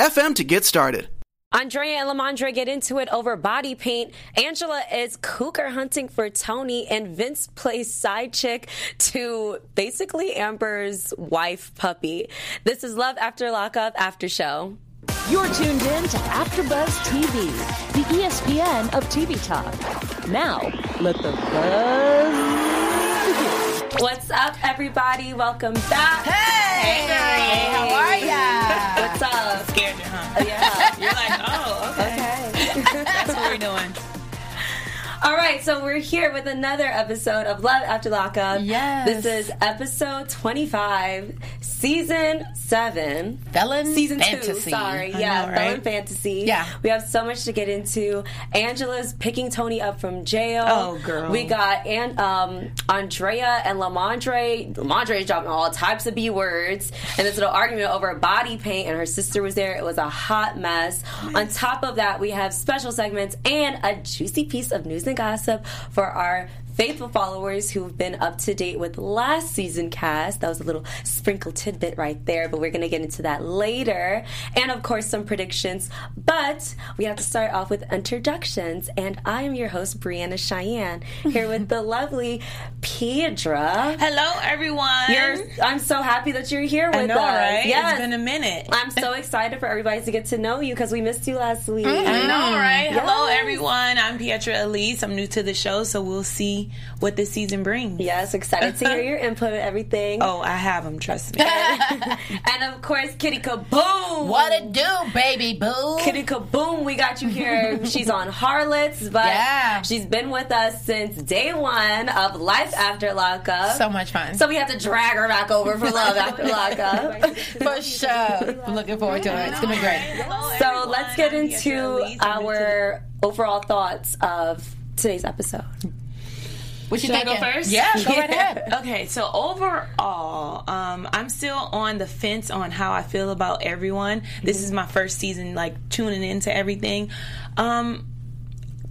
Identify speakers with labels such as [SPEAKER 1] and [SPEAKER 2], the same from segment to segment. [SPEAKER 1] to get started.
[SPEAKER 2] Andrea and Lamondre get into it over body paint. Angela is cougar hunting for Tony, and Vince plays side chick to basically Amber's wife puppy. This is Love After Lockup After Show.
[SPEAKER 3] You're tuned in to AfterBuzz TV, the E ESPN of TV talk. Now, let the buzz begin.
[SPEAKER 2] What's up, everybody? Welcome back.
[SPEAKER 4] Hey,
[SPEAKER 2] Hey.
[SPEAKER 4] how are ya?
[SPEAKER 2] What's up?
[SPEAKER 4] Scared you, huh?
[SPEAKER 2] Yeah.
[SPEAKER 4] You're like, oh, okay. That's what we're doing.
[SPEAKER 2] All right, so we're here with another episode of Love After Lockup.
[SPEAKER 4] Yes.
[SPEAKER 2] This is episode 25, season 7.
[SPEAKER 5] Felon
[SPEAKER 2] Season 2,
[SPEAKER 5] fantasy.
[SPEAKER 2] sorry.
[SPEAKER 4] I
[SPEAKER 2] yeah,
[SPEAKER 4] know,
[SPEAKER 2] Felon
[SPEAKER 4] right?
[SPEAKER 2] Fantasy.
[SPEAKER 5] Yeah.
[SPEAKER 2] We have so much to get into. Angela's picking Tony up from jail.
[SPEAKER 4] Oh, girl.
[SPEAKER 2] We got and um, Andrea and Lamondre. Lamondre is dropping all types of B words. And this little argument over body paint, and her sister was there. It was a hot mess. On top of that, we have special segments and a juicy piece of news and gossip for our faithful followers who've been up to date with last season cast. That was a little sprinkle tidbit right there, but we're going to get into that later. And of course, some predictions. But we have to start off with introductions. And I am your host, Brianna Cheyenne, here with the lovely Piedra.
[SPEAKER 4] Hello, everyone.
[SPEAKER 2] You're, I'm so happy that you're here with
[SPEAKER 4] I know,
[SPEAKER 2] us.
[SPEAKER 4] right?
[SPEAKER 2] Yes.
[SPEAKER 4] It's been a minute.
[SPEAKER 2] I'm so excited for everybody to get to know you because we missed you last week. Mm-hmm.
[SPEAKER 4] I know, right? Hello,
[SPEAKER 2] Yes.
[SPEAKER 4] everyone. I'm Pietra Elise. I'm new to the show, so we'll see what this season brings.
[SPEAKER 2] Yes, excited to hear your input and everything.
[SPEAKER 4] Oh, I have them, trust me.
[SPEAKER 2] And of course, Kitty Kaboom!
[SPEAKER 5] What it do, baby boo?
[SPEAKER 2] Kitty Kaboom, we got you here. she's on Harlots, but
[SPEAKER 5] Yeah.
[SPEAKER 2] she's been with us since day one of Life After Lockup.
[SPEAKER 5] So much fun.
[SPEAKER 2] So we have to drag her back over for Love After Lookup.
[SPEAKER 5] for sure. I'm looking forward to it. It's gonna be great.
[SPEAKER 4] Hello,
[SPEAKER 2] so
[SPEAKER 4] everyone.
[SPEAKER 2] let's get
[SPEAKER 4] I'm Pietra
[SPEAKER 2] into
[SPEAKER 4] Elise. I'm new to
[SPEAKER 2] our overall thoughts of today's episode.
[SPEAKER 5] What you
[SPEAKER 4] Should I
[SPEAKER 5] think?
[SPEAKER 4] go first?
[SPEAKER 5] Yeah, go right ahead.
[SPEAKER 4] Okay, so overall, um, I'm still on the fence on how I feel about everyone. This
[SPEAKER 5] Mm-hmm.
[SPEAKER 4] is my first season, like tuning into everything. Um,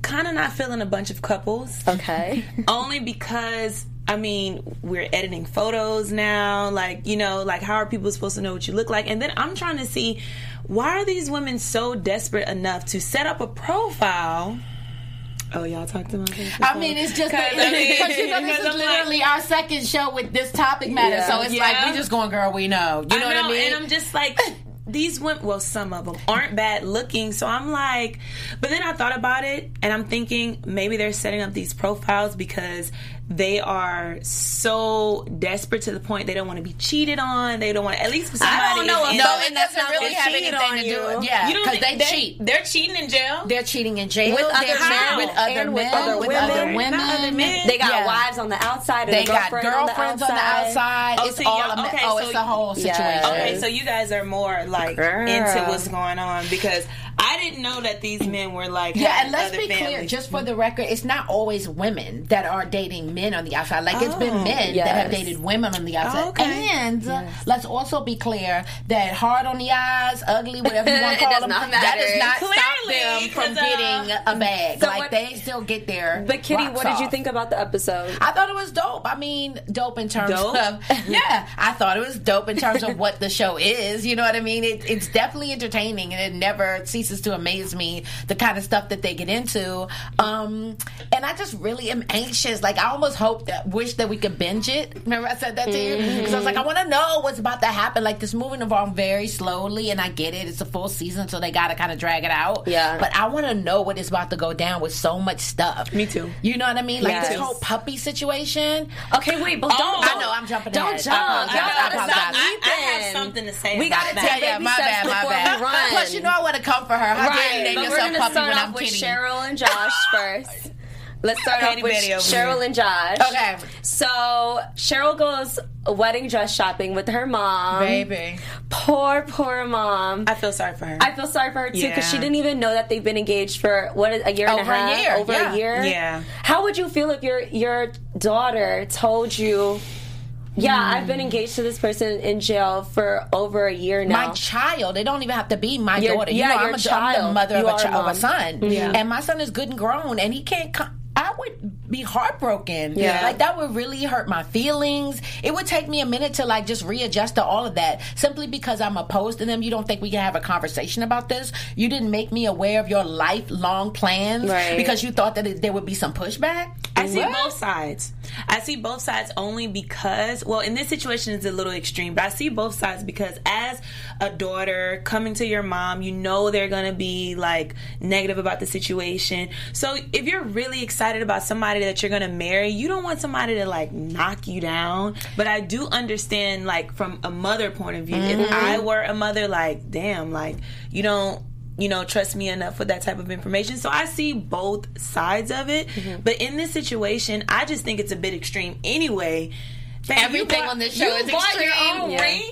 [SPEAKER 4] kind of not feeling a bunch of couples,
[SPEAKER 2] Okay.
[SPEAKER 4] only because. I mean, we're editing photos now. Like, you know, like how are people supposed to know what you look like? And then I'm trying to see why are these women so desperate enough to set up a profile? Oh, y'all talked about this.
[SPEAKER 5] I mean, it's just because
[SPEAKER 4] I mean-
[SPEAKER 5] you know
[SPEAKER 4] because
[SPEAKER 5] this is
[SPEAKER 4] I'm like-
[SPEAKER 5] literally our second show with this topic matter,
[SPEAKER 2] Yeah.
[SPEAKER 5] so it's like
[SPEAKER 4] Yeah.
[SPEAKER 5] we just going, girl. We know. You know,
[SPEAKER 4] I
[SPEAKER 5] what I mean?
[SPEAKER 4] And I'm just like, these women, well, some of them aren't bad looking. So I'm like, but then I thought about it and I'm thinking maybe they're setting up these profiles because they are so desperate to the point they don't want to be cheated on. They don't want, at least for somebody.
[SPEAKER 5] I don't know if
[SPEAKER 4] in-
[SPEAKER 5] no, it doesn't really
[SPEAKER 2] gonna
[SPEAKER 5] have
[SPEAKER 2] cheat
[SPEAKER 5] anything
[SPEAKER 2] on
[SPEAKER 5] to
[SPEAKER 2] you.
[SPEAKER 5] do with yeah,
[SPEAKER 4] You don't
[SPEAKER 5] because they,
[SPEAKER 4] think-
[SPEAKER 5] cheat.
[SPEAKER 4] They're cheating in jail.
[SPEAKER 5] They're cheating in jail
[SPEAKER 2] With other
[SPEAKER 5] They're cheating
[SPEAKER 2] men.
[SPEAKER 5] with other
[SPEAKER 2] And
[SPEAKER 5] men,
[SPEAKER 2] with other
[SPEAKER 5] with
[SPEAKER 2] women.
[SPEAKER 5] other
[SPEAKER 2] Not
[SPEAKER 5] women.
[SPEAKER 4] other men.
[SPEAKER 2] They got
[SPEAKER 5] Yeah.
[SPEAKER 2] wives on the outside and
[SPEAKER 5] They
[SPEAKER 2] a
[SPEAKER 5] got
[SPEAKER 2] girlfriend
[SPEAKER 5] girlfriends on the outside.
[SPEAKER 4] Oh,
[SPEAKER 5] it's
[SPEAKER 4] so
[SPEAKER 5] all
[SPEAKER 4] y'all-
[SPEAKER 5] a me-
[SPEAKER 4] okay,
[SPEAKER 5] oh,
[SPEAKER 4] so
[SPEAKER 5] it's a whole
[SPEAKER 2] Yeah.
[SPEAKER 5] situation.
[SPEAKER 4] Okay, so you guys are more like
[SPEAKER 2] Girl.
[SPEAKER 4] into what's going on because I didn't know that these men were like
[SPEAKER 5] Yeah,
[SPEAKER 4] having
[SPEAKER 5] and let's
[SPEAKER 4] other
[SPEAKER 5] be clear,
[SPEAKER 4] families.
[SPEAKER 5] just for the record, it's not always women that are dating men on the outside. Like it's been men that have
[SPEAKER 2] Oh, yes. Oh,
[SPEAKER 5] dated women on the outside.
[SPEAKER 4] Okay.
[SPEAKER 5] And let's also be clear that hard on the eyes, ugly, whatever you want
[SPEAKER 2] It
[SPEAKER 5] to call
[SPEAKER 2] does
[SPEAKER 5] them,
[SPEAKER 2] not
[SPEAKER 5] that does
[SPEAKER 2] matter.
[SPEAKER 5] not
[SPEAKER 4] Clearly,
[SPEAKER 5] stop them from
[SPEAKER 4] 'cause, uh,
[SPEAKER 5] getting a bag.
[SPEAKER 2] So
[SPEAKER 5] like
[SPEAKER 2] what-
[SPEAKER 5] they still get their.
[SPEAKER 2] But Kitty,
[SPEAKER 5] rocks
[SPEAKER 2] what did you
[SPEAKER 5] off.
[SPEAKER 2] think about the episode?
[SPEAKER 5] I thought it was dope. I mean, dope in terms
[SPEAKER 4] Dope?
[SPEAKER 5] of yeah. I thought it was dope in terms of what the show is. You know what I mean? It, it's definitely entertaining, and it never ceases to amaze me the kind of stuff that they get into. Um, and I just really am anxious. Like I almost hope that wish that we could binge it. Remember I said that to you? Because I was like, I want to know what's about to happen. Like this moving along very slowly, and I get it. It's a full season, so they got to kind of drag it out.
[SPEAKER 2] Yeah.
[SPEAKER 5] But I want to know what is about to go down with so much stuff.
[SPEAKER 4] Me too.
[SPEAKER 5] You know what I mean? Like
[SPEAKER 2] Yes.
[SPEAKER 5] this whole puppy situation.
[SPEAKER 2] Okay, wait, but don't.
[SPEAKER 5] Oh, I know I'm jumping.
[SPEAKER 2] Don't
[SPEAKER 5] ahead. Uh-huh.
[SPEAKER 2] jump.
[SPEAKER 5] I
[SPEAKER 2] Y'all gotta
[SPEAKER 5] apologize.
[SPEAKER 2] stop
[SPEAKER 5] I apologize.
[SPEAKER 4] I, I have
[SPEAKER 2] Ethan.
[SPEAKER 4] something to say.
[SPEAKER 2] We
[SPEAKER 4] about
[SPEAKER 2] gotta
[SPEAKER 4] that.
[SPEAKER 2] take
[SPEAKER 5] Yeah, yeah,
[SPEAKER 2] baby
[SPEAKER 5] my
[SPEAKER 2] steps
[SPEAKER 5] bad, my
[SPEAKER 2] before
[SPEAKER 5] bad.
[SPEAKER 2] we run.
[SPEAKER 5] Plus, you know I want to come for her. How dare
[SPEAKER 2] Right,
[SPEAKER 5] you name
[SPEAKER 2] but we're
[SPEAKER 5] yourself
[SPEAKER 2] gonna
[SPEAKER 5] puppy
[SPEAKER 2] start
[SPEAKER 5] when
[SPEAKER 2] off
[SPEAKER 5] I'm
[SPEAKER 2] with
[SPEAKER 5] kidding?
[SPEAKER 2] Cheryl and Josh first. Let's start
[SPEAKER 4] Katy
[SPEAKER 2] off with
[SPEAKER 4] Betty over
[SPEAKER 2] Cheryl
[SPEAKER 4] here.
[SPEAKER 2] and Josh.
[SPEAKER 5] Okay.
[SPEAKER 2] So Cheryl goes wedding dress shopping with her mom.
[SPEAKER 5] Baby.
[SPEAKER 2] Poor, poor mom.
[SPEAKER 4] I feel sorry for her.
[SPEAKER 2] I feel sorry for her too because she
[SPEAKER 4] Yeah.
[SPEAKER 2] didn't even know that they've been engaged for what is- a year and
[SPEAKER 5] Over
[SPEAKER 2] a
[SPEAKER 5] a
[SPEAKER 2] half,
[SPEAKER 5] year,
[SPEAKER 2] over
[SPEAKER 5] yeah.
[SPEAKER 2] a year.
[SPEAKER 4] Yeah.
[SPEAKER 2] How would you feel if your your daughter told you? Yeah, I've been engaged to this person in jail for over a year now.
[SPEAKER 5] Hmm. my child. They don't even have to be my
[SPEAKER 2] Your-
[SPEAKER 5] daughter.
[SPEAKER 2] yeah,
[SPEAKER 5] you know,
[SPEAKER 2] your
[SPEAKER 5] I'm, a, I'm
[SPEAKER 2] child.
[SPEAKER 5] the mother
[SPEAKER 2] You
[SPEAKER 5] of
[SPEAKER 2] are
[SPEAKER 5] a,
[SPEAKER 2] a
[SPEAKER 5] child,
[SPEAKER 2] mom.
[SPEAKER 5] of a son, and my son is good and grown, and he can't. Come, I would be heartbroken.
[SPEAKER 2] Yeah.
[SPEAKER 5] like that would really hurt my feelings. It would take me a minute to like just readjust to all of that, simply because I'm opposed to them. You don't think we can have a conversation about this? You didn't make me aware of your lifelong plans
[SPEAKER 2] Right.
[SPEAKER 5] because you thought that it, there would be some pushback.
[SPEAKER 4] I see
[SPEAKER 5] What?
[SPEAKER 4] both sides. I see both sides only because, well, in this situation it's a little extreme, but I see both sides because as a daughter coming to your mom, you know they're gonna be like negative about the situation. So if you're really excited about somebody that you're gonna marry, you don't want somebody to like knock you down. But I do understand, like from a mother point of view, if I were a mother, like damn, like you don't you know, trust me enough with that type of information. So I see both sides of it.
[SPEAKER 5] Mm-hmm.
[SPEAKER 4] But in this situation, I just think it's a bit extreme anyway. Fam, you
[SPEAKER 5] Everything on this show
[SPEAKER 4] you
[SPEAKER 5] is
[SPEAKER 4] bought
[SPEAKER 5] extreme.
[SPEAKER 4] Your own
[SPEAKER 2] Yeah.
[SPEAKER 4] ring?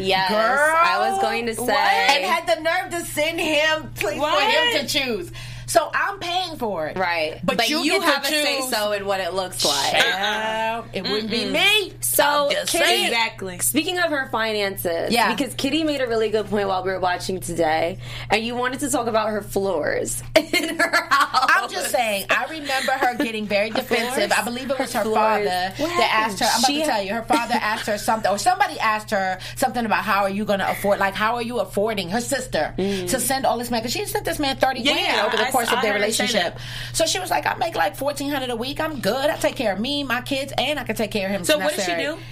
[SPEAKER 2] yes,
[SPEAKER 5] Girl,
[SPEAKER 2] I was going to say.
[SPEAKER 5] what? and had the nerve to send him please, for
[SPEAKER 4] What?
[SPEAKER 5] him to choose. So I'm paying for it,
[SPEAKER 2] Right,
[SPEAKER 5] But, you, get
[SPEAKER 2] have
[SPEAKER 5] to
[SPEAKER 2] a say
[SPEAKER 5] choose.
[SPEAKER 2] so in what it looks like.
[SPEAKER 5] Uh-uh. It wouldn't be me.
[SPEAKER 2] So,
[SPEAKER 5] just
[SPEAKER 2] Kitty,
[SPEAKER 5] saying.
[SPEAKER 4] Exactly.
[SPEAKER 2] speaking of her finances,
[SPEAKER 5] Yeah.
[SPEAKER 2] because Kitty made a really good point while we were watching today, and you wanted to talk about her floors in her house.
[SPEAKER 5] I'm just saying. I remember her getting very defensive. I believe it was her father that asked her. I'm about
[SPEAKER 2] She-
[SPEAKER 5] to tell you. Her father asked her something, or somebody asked her something about how are you going to afford? Like how are you affording her sister to send all this man? Because she sent this man thirty
[SPEAKER 4] Mm. Yeah,
[SPEAKER 5] grand
[SPEAKER 4] yeah,
[SPEAKER 5] over the
[SPEAKER 4] I
[SPEAKER 5] course
[SPEAKER 4] saw
[SPEAKER 5] of their
[SPEAKER 4] her say
[SPEAKER 5] relationship. So she was like, I make like fourteen hundred a week. I'm good. I take care of me, my kids, and I can take care of him.
[SPEAKER 4] So
[SPEAKER 5] if
[SPEAKER 4] what did she
[SPEAKER 5] necessary."
[SPEAKER 4] do?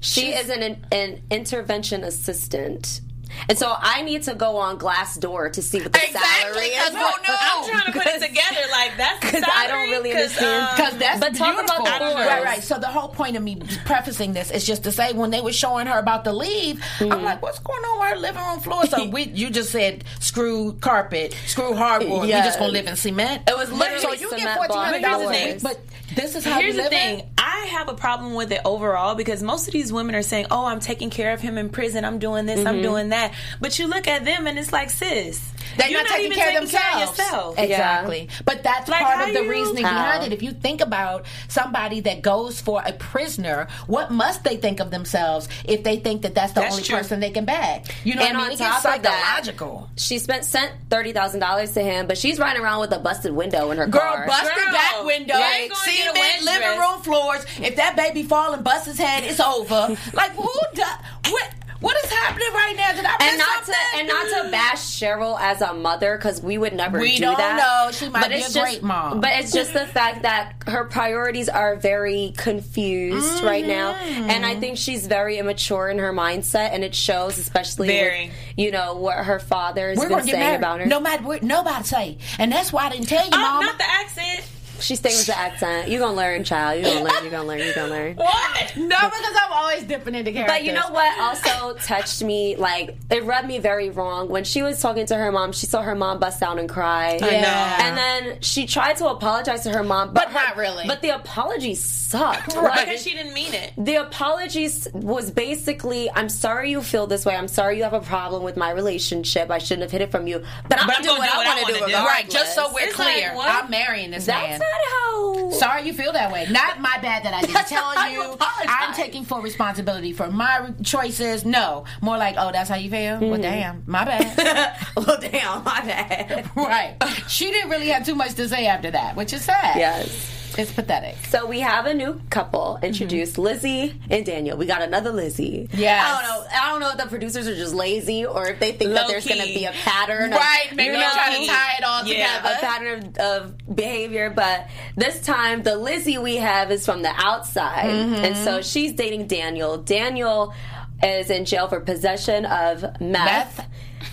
[SPEAKER 2] She is an an intervention assistant. And so I need to go on Glassdoor to see what the salary
[SPEAKER 5] Exactly,
[SPEAKER 2] is.
[SPEAKER 5] because who knew?
[SPEAKER 4] I'm trying to put it together. Like that's
[SPEAKER 2] Because
[SPEAKER 4] salary,
[SPEAKER 2] I don't really
[SPEAKER 4] 'cause,
[SPEAKER 2] understand.
[SPEAKER 4] um,
[SPEAKER 5] Because that's
[SPEAKER 2] But talk about
[SPEAKER 5] beautiful.
[SPEAKER 2] the floors.
[SPEAKER 5] Right, right. So the whole point of me prefacing this is just to say when they were showing her about to leave,
[SPEAKER 2] Hmm.
[SPEAKER 5] I'm like, what's going on with her living room floor? So we, you just said screw carpet, screw hardwood.
[SPEAKER 2] Yeah.
[SPEAKER 5] We just gonna live in cement. It
[SPEAKER 2] was
[SPEAKER 5] so
[SPEAKER 2] literally
[SPEAKER 5] you
[SPEAKER 2] cement
[SPEAKER 5] get fourteen hundred
[SPEAKER 4] block
[SPEAKER 5] dollars a week,
[SPEAKER 4] floors.
[SPEAKER 5] but this is how
[SPEAKER 4] Here's
[SPEAKER 5] you
[SPEAKER 4] the
[SPEAKER 5] live
[SPEAKER 4] thing.
[SPEAKER 5] it?
[SPEAKER 4] I have a problem with it overall because most of these women are saying, "Oh, I'm taking care of him in prison. I'm doing this.
[SPEAKER 5] Mm-hmm.
[SPEAKER 4] I'm doing that." But you look at them and it's like, sis,
[SPEAKER 5] They're
[SPEAKER 4] you're
[SPEAKER 5] not, taking
[SPEAKER 4] even
[SPEAKER 5] care of
[SPEAKER 4] taking care of
[SPEAKER 5] themselves.
[SPEAKER 4] yourself.
[SPEAKER 5] Exactly. But that's
[SPEAKER 4] Like,
[SPEAKER 5] part
[SPEAKER 4] how
[SPEAKER 5] of the
[SPEAKER 4] you-
[SPEAKER 5] reasoning behind it. If you think about somebody that goes for a prisoner, what must they think of themselves if they think that that's the
[SPEAKER 4] That's
[SPEAKER 5] only
[SPEAKER 4] true.
[SPEAKER 5] person they can bag? You know
[SPEAKER 2] And
[SPEAKER 5] what I
[SPEAKER 2] on
[SPEAKER 5] mean?
[SPEAKER 2] top
[SPEAKER 5] it's
[SPEAKER 2] of that-
[SPEAKER 5] psychological.
[SPEAKER 2] She spent sent thirty thousand dollars to him, but she's riding around with a busted window in her car.
[SPEAKER 5] Girl, busted
[SPEAKER 4] Girl,
[SPEAKER 5] back window,
[SPEAKER 4] you ain't gonna get a
[SPEAKER 5] cement,
[SPEAKER 4] wedding
[SPEAKER 5] living
[SPEAKER 4] dress.
[SPEAKER 5] room floors. If that baby fall and busts his head, it's over. like who? Do, what? What is happening right now? Did I miss
[SPEAKER 2] and not to
[SPEAKER 5] something?
[SPEAKER 2] and not to bash Cheryl as a mother because we would never
[SPEAKER 5] We
[SPEAKER 2] do
[SPEAKER 5] don't
[SPEAKER 2] that.
[SPEAKER 5] know. She might be
[SPEAKER 2] it's
[SPEAKER 5] a
[SPEAKER 2] just,
[SPEAKER 5] great mom.
[SPEAKER 2] But it's just the fact that her priorities are very confused right now,
[SPEAKER 5] Mm-hmm.
[SPEAKER 2] and I think she's very immature in her mindset, and it shows, especially
[SPEAKER 4] Very.
[SPEAKER 2] with you know what her father has
[SPEAKER 5] We're
[SPEAKER 2] been
[SPEAKER 5] gonna get
[SPEAKER 2] saying
[SPEAKER 5] married,
[SPEAKER 2] about her.
[SPEAKER 5] no matter what nobody say, and that's why I didn't tell you,
[SPEAKER 4] Oh,
[SPEAKER 5] Mom.
[SPEAKER 4] not the accent.
[SPEAKER 2] She's staying with the accent. You're gonna learn, child. You're gonna learn. You're gonna learn. You're gonna learn.
[SPEAKER 5] What? No, because I'm always dipping into characters.
[SPEAKER 2] But you know what also touched me? Like, it rubbed me very wrong. When she was talking to her mom, she saw her mom bust down and cry.
[SPEAKER 5] Yeah.
[SPEAKER 2] And then she tried to apologize to her mom, but,
[SPEAKER 5] But
[SPEAKER 2] her-
[SPEAKER 5] not really.
[SPEAKER 2] But the apology sucked. Like,
[SPEAKER 4] Because she didn't mean it.
[SPEAKER 2] the apologies was basically, I'm sorry you feel this way. I'm sorry you have a problem with my relationship. I shouldn't have hid it from you. But I'm
[SPEAKER 4] But
[SPEAKER 2] gonna do what I want to do.
[SPEAKER 4] wanna do.
[SPEAKER 2] regardless."
[SPEAKER 5] right? Just so we're
[SPEAKER 4] It's like,
[SPEAKER 5] clear,
[SPEAKER 4] what?
[SPEAKER 5] I'm marrying this man.
[SPEAKER 2] That's not how.
[SPEAKER 5] Sorry you feel that way. Not my bad that I didn't
[SPEAKER 2] That's
[SPEAKER 5] tell
[SPEAKER 2] how you
[SPEAKER 5] you.
[SPEAKER 2] apologize.
[SPEAKER 5] I'm taking full responsibility for my choices. No, more like, oh, that's how you feel. Well,
[SPEAKER 2] Mm-hmm.
[SPEAKER 5] damn, my bad.
[SPEAKER 2] well, damn, my bad.
[SPEAKER 5] right. She didn't really have too much to say after that, which is sad.
[SPEAKER 2] Yes.
[SPEAKER 5] it's pathetic.
[SPEAKER 2] So we have a new couple introduced, Lizzie and Daniel. We got another Lizzie.
[SPEAKER 5] Mm-hmm. Yes.
[SPEAKER 2] I don't know. I don't know if the producers are just lazy or if they think that
[SPEAKER 4] Low
[SPEAKER 2] there's
[SPEAKER 4] key.
[SPEAKER 2] going to be a pattern.
[SPEAKER 5] Right,
[SPEAKER 2] Of,
[SPEAKER 5] maybe
[SPEAKER 2] you
[SPEAKER 5] they're
[SPEAKER 2] know,
[SPEAKER 5] trying to tie it all
[SPEAKER 4] Yeah.
[SPEAKER 2] a
[SPEAKER 5] together.
[SPEAKER 2] pattern of, of behavior, but this time the Lizzie we have is from the outside, and so
[SPEAKER 4] Mm-hmm.
[SPEAKER 2] she's dating Daniel. Daniel is in jail for possession of meth.
[SPEAKER 5] Meth.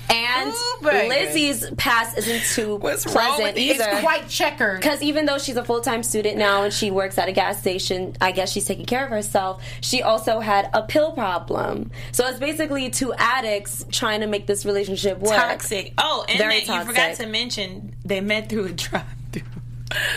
[SPEAKER 2] And
[SPEAKER 5] Ooh, baby.
[SPEAKER 2] Lizzie's past isn't too
[SPEAKER 4] Oh What's wrong
[SPEAKER 2] pleasant
[SPEAKER 4] with these
[SPEAKER 2] either.
[SPEAKER 5] It's quite checkered.
[SPEAKER 2] Because even though she's a full time student now and she works at a gas station, I guess she's taking care of herself. She also had a pill problem. So it's basically two addicts trying to make this relationship work.
[SPEAKER 4] Toxic. Oh, and
[SPEAKER 2] Very
[SPEAKER 4] that you forgot
[SPEAKER 2] toxic.
[SPEAKER 4] to mention they met through a drive.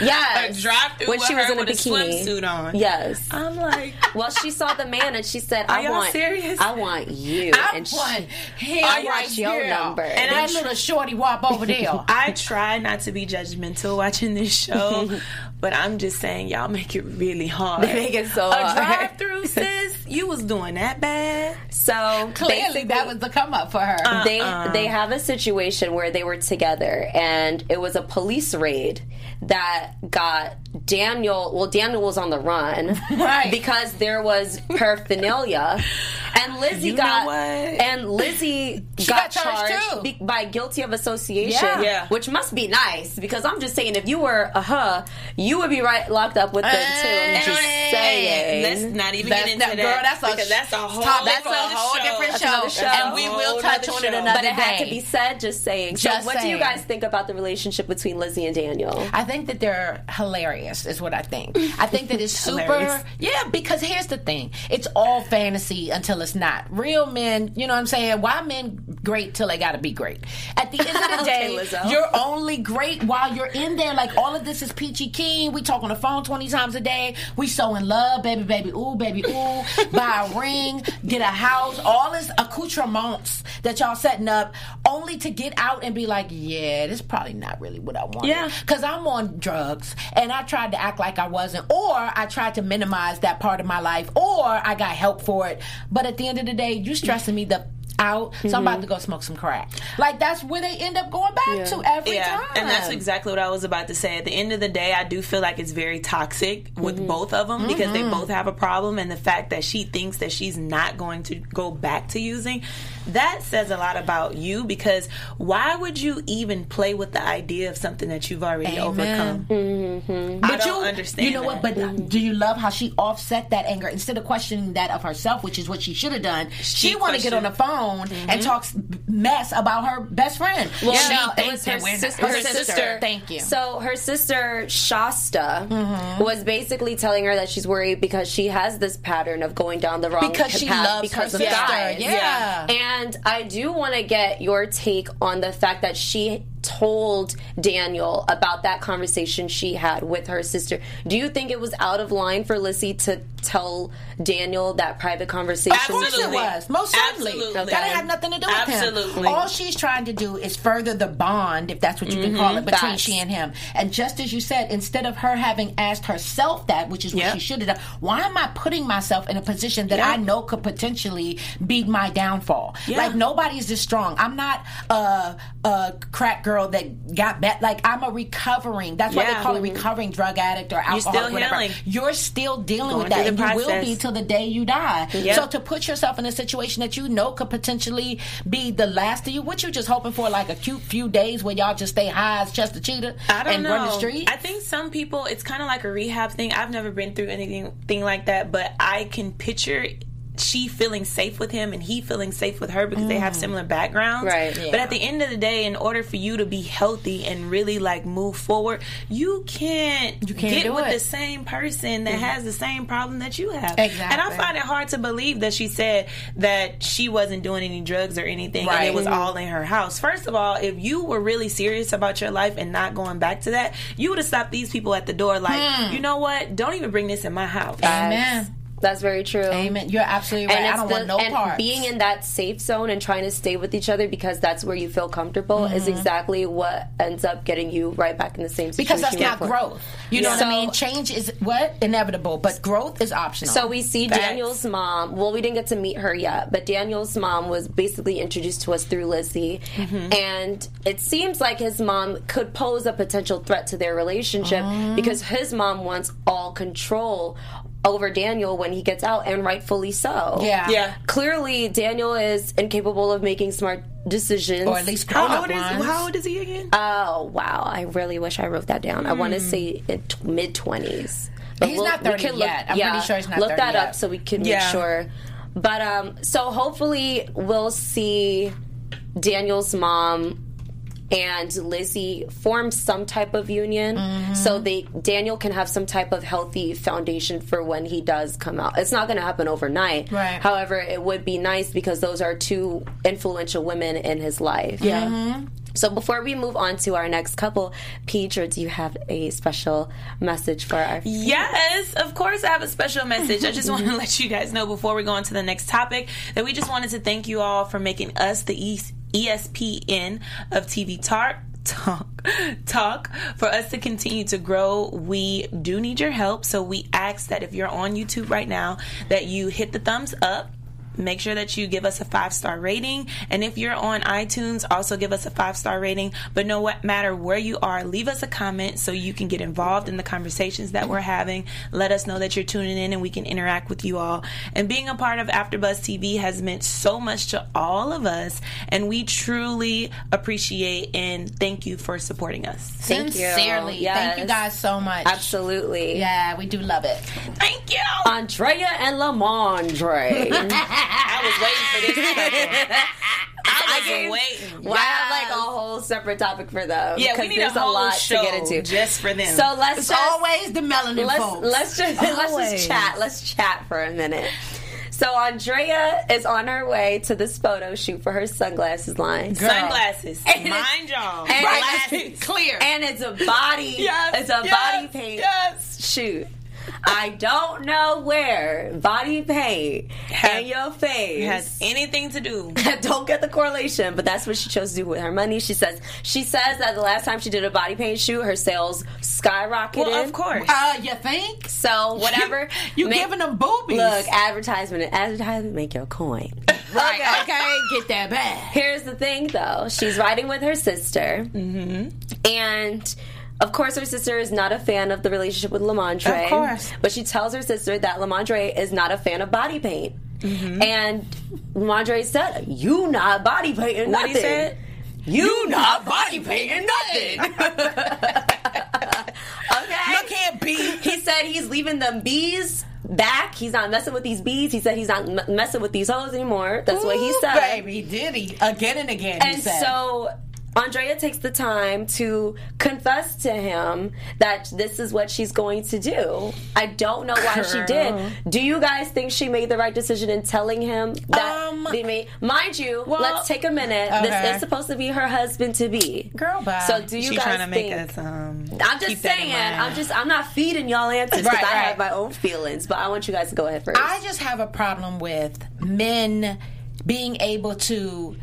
[SPEAKER 2] Yes.
[SPEAKER 4] a drive through
[SPEAKER 2] When she was in a
[SPEAKER 4] with
[SPEAKER 2] bikini.
[SPEAKER 4] a swimsuit on.
[SPEAKER 2] Yes.
[SPEAKER 4] I'm like,
[SPEAKER 2] Well, she saw the man and she said,
[SPEAKER 4] Are
[SPEAKER 2] "I
[SPEAKER 4] y'all
[SPEAKER 2] want,
[SPEAKER 4] serious?
[SPEAKER 2] I want you."
[SPEAKER 5] I
[SPEAKER 2] and she-
[SPEAKER 5] want him
[SPEAKER 2] I
[SPEAKER 5] right
[SPEAKER 2] want your
[SPEAKER 5] here.
[SPEAKER 2] number.
[SPEAKER 5] And that little shorty wop over there.
[SPEAKER 4] I try not to be judgmental watching this show, but I'm just saying, y'all make it really hard.
[SPEAKER 2] They make it so
[SPEAKER 4] a
[SPEAKER 2] hard.
[SPEAKER 4] drive through, sis. You was doing that bad.
[SPEAKER 2] so
[SPEAKER 5] Clearly, that
[SPEAKER 2] basically- Uh,
[SPEAKER 5] was the come up for her.
[SPEAKER 2] they
[SPEAKER 5] Uh-uh.
[SPEAKER 2] they have a situation where they were together and it was a police raid that got Daniel well Daniel was on the run
[SPEAKER 5] Right.
[SPEAKER 2] because there was paraphernalia and Lizzie
[SPEAKER 4] You know
[SPEAKER 2] got
[SPEAKER 4] what?
[SPEAKER 2] and Lizzie
[SPEAKER 5] got
[SPEAKER 2] got,
[SPEAKER 5] charged
[SPEAKER 2] charged,
[SPEAKER 5] too.
[SPEAKER 2] be- by guilty of association
[SPEAKER 5] Yeah.
[SPEAKER 4] Yeah.
[SPEAKER 2] which must be nice because I'm just saying if you were a her you would be right locked up with them too I'm just
[SPEAKER 5] Hey.
[SPEAKER 2] saying
[SPEAKER 4] Let's not even
[SPEAKER 5] That's
[SPEAKER 4] get into
[SPEAKER 5] not-
[SPEAKER 4] that,
[SPEAKER 5] girl, that's a
[SPEAKER 4] because that's a whole
[SPEAKER 5] topic
[SPEAKER 4] that's
[SPEAKER 5] for a whole different show.
[SPEAKER 2] another show.
[SPEAKER 5] And we will touch
[SPEAKER 4] Another
[SPEAKER 5] on it
[SPEAKER 4] show.
[SPEAKER 5] another
[SPEAKER 2] but it had
[SPEAKER 5] day.
[SPEAKER 2] to be said. Just saying. So
[SPEAKER 5] Just
[SPEAKER 2] what do you
[SPEAKER 5] saying.
[SPEAKER 2] guys think about the relationship between Lizzie and Daniel?
[SPEAKER 5] I think that they're hilarious, is what I think. I think that it's
[SPEAKER 4] Hilarious.
[SPEAKER 5] super. Yeah, because here's the thing it's all fantasy until it's not. Real men, you know what I'm saying? Why men great till they gotta be great? At the end of the
[SPEAKER 2] Okay,
[SPEAKER 5] day,
[SPEAKER 2] Lizzo.
[SPEAKER 5] you're only great while you're in there. Like, all of this is peachy keen. We talk on the phone 20 times a day. We so in love, baby, baby, ooh, baby, ooh. Buy a ring, get a house, all this accoutrements that y'all setting up only to get out and be like, yeah, this is probably not really what I want.
[SPEAKER 4] Yeah.
[SPEAKER 5] Because I'm on drugs and I tried to act like I wasn't, or I tried to minimize that part of my life, or I got help for it. But at the end of the day, you stressing me the out, so I'm about to go smoke some crack. Like that's where they end up going back to every
[SPEAKER 4] yeah,
[SPEAKER 5] time.
[SPEAKER 4] and that's exactly what I was about to say. At the end of the day, I do feel like it's very toxic with
[SPEAKER 5] Mm-hmm.
[SPEAKER 4] both of them because they both have a problem, and the fact that she thinks that she's not going to go back to using that says a lot about you. Because why would you even play with the idea of something that you've already
[SPEAKER 5] Amen. Mm-hmm.
[SPEAKER 4] overcome?
[SPEAKER 5] But
[SPEAKER 4] don't understand
[SPEAKER 5] You know what?
[SPEAKER 4] that.
[SPEAKER 5] But uh, do you love how she offset that anger instead of questioning that of herself, which is what she should have done? She, want to get on
[SPEAKER 4] questioned-
[SPEAKER 5] the phone and talk s- mess about her best friend.
[SPEAKER 2] Well,
[SPEAKER 5] she
[SPEAKER 2] no, it
[SPEAKER 5] thinks
[SPEAKER 2] was
[SPEAKER 5] that
[SPEAKER 2] her,
[SPEAKER 5] we're not-
[SPEAKER 2] sis-
[SPEAKER 5] her sister. Thank you. Mm-hmm.
[SPEAKER 2] So her sister Shasta was basically telling her that she's worried because she has this pattern of going down the wrong
[SPEAKER 5] because she
[SPEAKER 2] path
[SPEAKER 5] loves
[SPEAKER 2] because
[SPEAKER 5] her
[SPEAKER 2] of
[SPEAKER 5] sister.
[SPEAKER 2] guys.
[SPEAKER 5] Yeah.
[SPEAKER 2] And I do want to get your take on the fact that she told Daniel about that conversation she had with her sister. Do you think it was out of line for Lizzie to tell Daniel that private conversation?
[SPEAKER 5] Of course it
[SPEAKER 4] Absolutely.
[SPEAKER 5] was. Most certainly.
[SPEAKER 4] Absolutely.
[SPEAKER 5] That ain't have nothing to do with him.
[SPEAKER 4] Absolutely.
[SPEAKER 5] All she's trying to do is further the bond, if that's what you can
[SPEAKER 4] Mm-hmm.
[SPEAKER 5] call it, between
[SPEAKER 2] Facts.
[SPEAKER 5] she and him. And just as you said, instead of her having asked herself that, which is what
[SPEAKER 4] Yep.
[SPEAKER 5] she should have done, why am I putting myself in a position that I know could potentially be my downfall? Like, nobody's this strong. I'm not a, a crack girl that got bet. Like, I'm a recovering. That's why they
[SPEAKER 4] Yeah.
[SPEAKER 5] call it recovering drug addict or alcoholic.
[SPEAKER 4] still
[SPEAKER 5] whatever.
[SPEAKER 4] healing.
[SPEAKER 5] You're still dealing
[SPEAKER 4] Going
[SPEAKER 5] with that.
[SPEAKER 4] through
[SPEAKER 5] And
[SPEAKER 4] the
[SPEAKER 5] you will
[SPEAKER 4] process.
[SPEAKER 5] be till the day you die.
[SPEAKER 4] Yeah.
[SPEAKER 5] So to put yourself in a situation that you know could potentially be the last of you, what you just hoping for like a cute few days where y'all just stay high as Chester Cheetah
[SPEAKER 4] I don't
[SPEAKER 5] and
[SPEAKER 4] know.
[SPEAKER 5] run the street?
[SPEAKER 4] I think some people, it's kind of like a rehab thing. I've never been through anything thing like that, but I can picture she feeling safe with him and he feeling safe with her because they
[SPEAKER 5] Mm.
[SPEAKER 4] have similar backgrounds.
[SPEAKER 2] Right.
[SPEAKER 4] But at the end of the day, in order for you to be healthy and really like move forward, you can't, you
[SPEAKER 5] can't
[SPEAKER 4] get
[SPEAKER 5] do
[SPEAKER 4] with
[SPEAKER 5] it.
[SPEAKER 4] the same person that has the same problem that you have. And I
[SPEAKER 5] Exactly.
[SPEAKER 4] find it hard to believe that she said that she wasn't doing any drugs or anything and
[SPEAKER 5] Right.
[SPEAKER 4] it was all in her house. First of all, if you were really serious about your life and not going back to that, you would have stopped these people at the door. Like, you know what? Don't even bring this in my house.
[SPEAKER 5] Amen.
[SPEAKER 2] That's very true.
[SPEAKER 5] Amen. You're absolutely right.
[SPEAKER 2] And
[SPEAKER 5] I
[SPEAKER 2] it's
[SPEAKER 5] don't
[SPEAKER 2] the-
[SPEAKER 5] want no
[SPEAKER 2] and
[SPEAKER 5] part.
[SPEAKER 2] being in that safe zone and trying to stay with each other because that's where you feel comfortable is
[SPEAKER 5] Mm-hmm.
[SPEAKER 2] exactly what ends up getting you right back in the same situation.
[SPEAKER 5] because that's
[SPEAKER 2] you
[SPEAKER 5] not
[SPEAKER 2] were.
[SPEAKER 5] growth. You know what
[SPEAKER 2] So-
[SPEAKER 5] I mean? Change is what? Inevitable, but growth is optional.
[SPEAKER 2] So we see Daniel's mom. Well, we didn't get to meet her yet, but Daniel's mom was basically introduced to us through Lizzie,
[SPEAKER 5] Mm-hmm.
[SPEAKER 2] and it seems like his mom could pose a potential threat to their relationship
[SPEAKER 5] Oh.
[SPEAKER 2] because his mom wants all control over Daniel when he gets out, and rightfully so.
[SPEAKER 5] yeah.
[SPEAKER 4] Yeah.
[SPEAKER 2] clearly Daniel is incapable of making smart decisions.
[SPEAKER 5] Or at least grown
[SPEAKER 4] How
[SPEAKER 5] up
[SPEAKER 4] old, is,
[SPEAKER 5] ones.
[SPEAKER 4] how old is he again?
[SPEAKER 2] Oh wow! I really wish I wrote that down. I want to say mid twenties.
[SPEAKER 5] Hmm. He's not 30 yet. I'm pretty sure he's not
[SPEAKER 2] Look
[SPEAKER 5] 30
[SPEAKER 2] that up
[SPEAKER 5] yet.
[SPEAKER 2] so we can make
[SPEAKER 4] Yeah.
[SPEAKER 2] sure. But um, so hopefully we'll see Daniel's mom and Lizzie form some type of union so
[SPEAKER 5] Mm-hmm.
[SPEAKER 2] they Daniel can have some type of healthy foundation for when he does come out. It's not going to happen overnight.
[SPEAKER 5] Right.
[SPEAKER 2] However, it would be nice because those are two influential women in his life. Yeah. So before we move on to our next couple, Pedro, do you have a special message for our?
[SPEAKER 4] Yes, of course, I have a special message. I just want to let you guys know before we go on to the next topic that we just wanted to thank you all for making us the E East ESPN of TV Talk. Talk, talk for us to continue to grow. We do need your help, so we ask that if you're on YouTube right now, that you hit the thumbs up make sure that you give us a five star rating. And if you're on iTunes, also give us a five star rating. But no what matter where you are, leave us a comment so you can get involved in the conversations that we're having. Let us know that you're tuning in and we can interact with you all. And being a part of AfterBuzz TV has meant so much to all of us, and we truly appreciate and thank you for supporting us.
[SPEAKER 2] Thank you.
[SPEAKER 5] Sincerely. Thank you
[SPEAKER 2] Yes.
[SPEAKER 5] guys so much.
[SPEAKER 2] Absolutely.
[SPEAKER 5] Yeah, we do love it.
[SPEAKER 4] Thank you.
[SPEAKER 2] Andrea and Lamondre.
[SPEAKER 4] I was waiting for this. I
[SPEAKER 2] gave-
[SPEAKER 4] was waiting.
[SPEAKER 2] Why have like a whole separate topic for them?
[SPEAKER 4] Yeah, we
[SPEAKER 2] 'Cause
[SPEAKER 4] need
[SPEAKER 2] there's
[SPEAKER 4] a whole
[SPEAKER 2] lot
[SPEAKER 4] show
[SPEAKER 2] to get into
[SPEAKER 4] just for them.
[SPEAKER 2] So let's
[SPEAKER 5] It's
[SPEAKER 2] just
[SPEAKER 5] always the melanin
[SPEAKER 2] let's
[SPEAKER 5] folks.
[SPEAKER 2] let's just let's just chat. Let's chat for a minute. So Andrea is on her way to this photo shoot for her sunglasses line.
[SPEAKER 4] Sunglasses.
[SPEAKER 2] And it's-
[SPEAKER 4] Mind y'all.
[SPEAKER 2] and
[SPEAKER 4] Glasses.
[SPEAKER 2] it's-
[SPEAKER 5] clear.
[SPEAKER 2] And it's a body
[SPEAKER 4] Yes,
[SPEAKER 2] it's a
[SPEAKER 4] yes,
[SPEAKER 2] body paint
[SPEAKER 4] Yes.
[SPEAKER 2] shoot. I don't know where body paint
[SPEAKER 4] Has-
[SPEAKER 2] and your face
[SPEAKER 4] Has anything to do.
[SPEAKER 2] I don't get the correlation, but that's what she chose to do with her money. She says she says that the last time she did a body paint shoot, her sales skyrocketed.
[SPEAKER 4] Well, of course.
[SPEAKER 5] Uh, you think?
[SPEAKER 2] So whatever
[SPEAKER 5] You
[SPEAKER 2] make-
[SPEAKER 5] giving them boobies.
[SPEAKER 2] look advertisement and advertisement make your coin.
[SPEAKER 5] Right, okay, get that back.
[SPEAKER 2] Here's the thing, though. She's riding with her sister, mm-hmm. and of course, her sister is not a fan of the relationship with Lamondre.
[SPEAKER 4] Of course.
[SPEAKER 2] but she tells her sister that Lamondre is not a fan of body paint,
[SPEAKER 4] Mm-hmm.
[SPEAKER 2] and Lamondre said, "You not body painting
[SPEAKER 4] What
[SPEAKER 2] nothing."
[SPEAKER 4] he said?
[SPEAKER 2] You not body painting nothing. okay.
[SPEAKER 5] Look here, B.
[SPEAKER 2] He said he's leaving them bees back. He's not messing with these bees. He said he's not m- messing with these hoes anymore. That's what he
[SPEAKER 5] Ooh,
[SPEAKER 2] said.
[SPEAKER 5] Baby, did he? Again and again. he
[SPEAKER 2] And
[SPEAKER 5] said.
[SPEAKER 2] so Andrea takes the time to confess to him that this is what she's going to do. I don't know why she did. Do you guys think she made the right decision in telling him that
[SPEAKER 5] Um,
[SPEAKER 2] they made? Mind you, let's take a minute. This
[SPEAKER 5] okay.
[SPEAKER 2] is supposed to be her husband to be.
[SPEAKER 5] Girl, bye.
[SPEAKER 2] So do you
[SPEAKER 4] She
[SPEAKER 2] guys
[SPEAKER 4] trying to make
[SPEAKER 2] think?
[SPEAKER 4] us. Um,
[SPEAKER 2] I'm just
[SPEAKER 4] keep that in
[SPEAKER 2] saying.
[SPEAKER 4] mind.
[SPEAKER 2] I'm just. I'm not feeding y'all answers because
[SPEAKER 5] Right,
[SPEAKER 2] I
[SPEAKER 5] right.
[SPEAKER 2] have my own feelings. But I want you guys to go ahead first.
[SPEAKER 5] I just have a problem with men being able to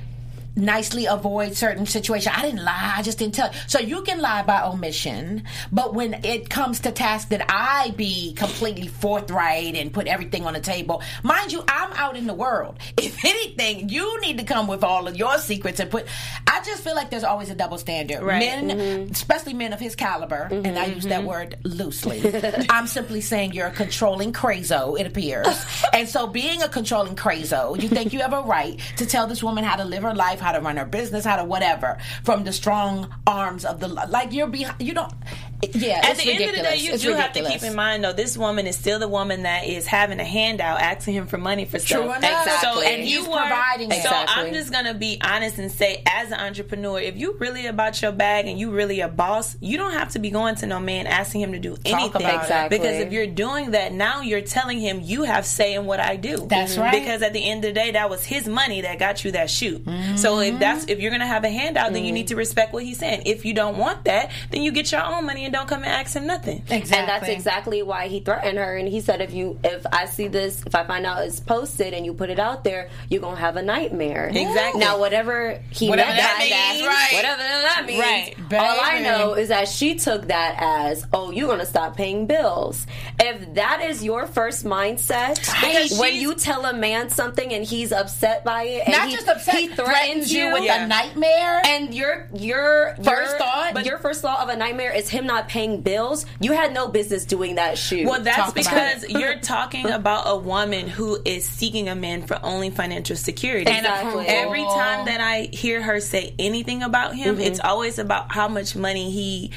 [SPEAKER 5] nicely avoid certain situations. I didn't lie, I just didn't tell. So you can lie by omission, but when it comes to tasks that I be completely forthright and put everything on the table, mind you, I'm out in the world. If anything, you need to come with all of your secrets and put I just feel like there's always a double standard.
[SPEAKER 4] Right.
[SPEAKER 5] Men especially men of his caliber, and I use that word loosely. I'm simply saying you're a controlling crazo, it appears. and so, being a controlling crazo, you think you have a right to tell this woman how to live her life, how to run her business, how to whatever, from the strong arms of the like. You're behind. You don't. it- Yeah.
[SPEAKER 4] At
[SPEAKER 5] it's
[SPEAKER 4] the end of the day,
[SPEAKER 5] ridiculous.
[SPEAKER 4] you
[SPEAKER 5] It's
[SPEAKER 4] do have to
[SPEAKER 5] ridiculous.
[SPEAKER 4] keep in mind, though, this woman is still the woman that is having a handout, asking him for money for stuff.
[SPEAKER 5] True enough.
[SPEAKER 4] So,
[SPEAKER 5] Exactly.
[SPEAKER 4] and
[SPEAKER 5] He's
[SPEAKER 4] you are,
[SPEAKER 5] providing
[SPEAKER 4] So
[SPEAKER 5] it.
[SPEAKER 2] Exactly.
[SPEAKER 4] I'm just gonna be honest and say, as an entrepreneur, if you really about your bag and you really a boss, you don't have to be going to no man asking him to do anything.
[SPEAKER 5] about it.
[SPEAKER 2] Exactly.
[SPEAKER 4] Because if you're doing that now, you're telling him you have say in what I do. Mhm.
[SPEAKER 5] That's right.
[SPEAKER 4] Because at the end of the day, that was his money that got you that shoot. So
[SPEAKER 5] Mm-hmm.
[SPEAKER 4] if that's if you're gonna have a handout, then you need to respect what he's saying. If you don't want that, then you get your own money and don't come and ask him nothing.
[SPEAKER 5] Exactly.
[SPEAKER 2] And that's exactly why he threatened her. And he said, if you, if I see this, if I find out it's posted and you put it out there, you're gonna have a nightmare.
[SPEAKER 4] Exactly.
[SPEAKER 2] Now, whatever he
[SPEAKER 5] Whatever
[SPEAKER 2] meant
[SPEAKER 5] that
[SPEAKER 2] by
[SPEAKER 5] means,
[SPEAKER 2] that,
[SPEAKER 5] right.
[SPEAKER 2] whatever that means,
[SPEAKER 5] Right,
[SPEAKER 2] all I
[SPEAKER 5] baby.
[SPEAKER 2] know is that she took that as, oh, you're gonna stop paying bills. If that is your first mindset,
[SPEAKER 5] Right.
[SPEAKER 2] when
[SPEAKER 5] She's-
[SPEAKER 2] you tell a man something and he's upset by it, and
[SPEAKER 5] Not
[SPEAKER 2] he,
[SPEAKER 5] just upset.
[SPEAKER 2] he threatens you
[SPEAKER 5] with
[SPEAKER 4] Yeah.
[SPEAKER 5] a nightmare.
[SPEAKER 2] and your your
[SPEAKER 5] First
[SPEAKER 2] your,
[SPEAKER 5] thought?
[SPEAKER 2] but your first thought of a nightmare is him not paying bills. You had no business doing that shoot.
[SPEAKER 4] Well, that's
[SPEAKER 5] Talk about
[SPEAKER 4] because you're talking about a woman who is seeking a man for only financial security.
[SPEAKER 2] And Exactly. approval.
[SPEAKER 4] every time that I hear her say anything about him,
[SPEAKER 5] Mm-hmm.
[SPEAKER 4] it's always about how much money he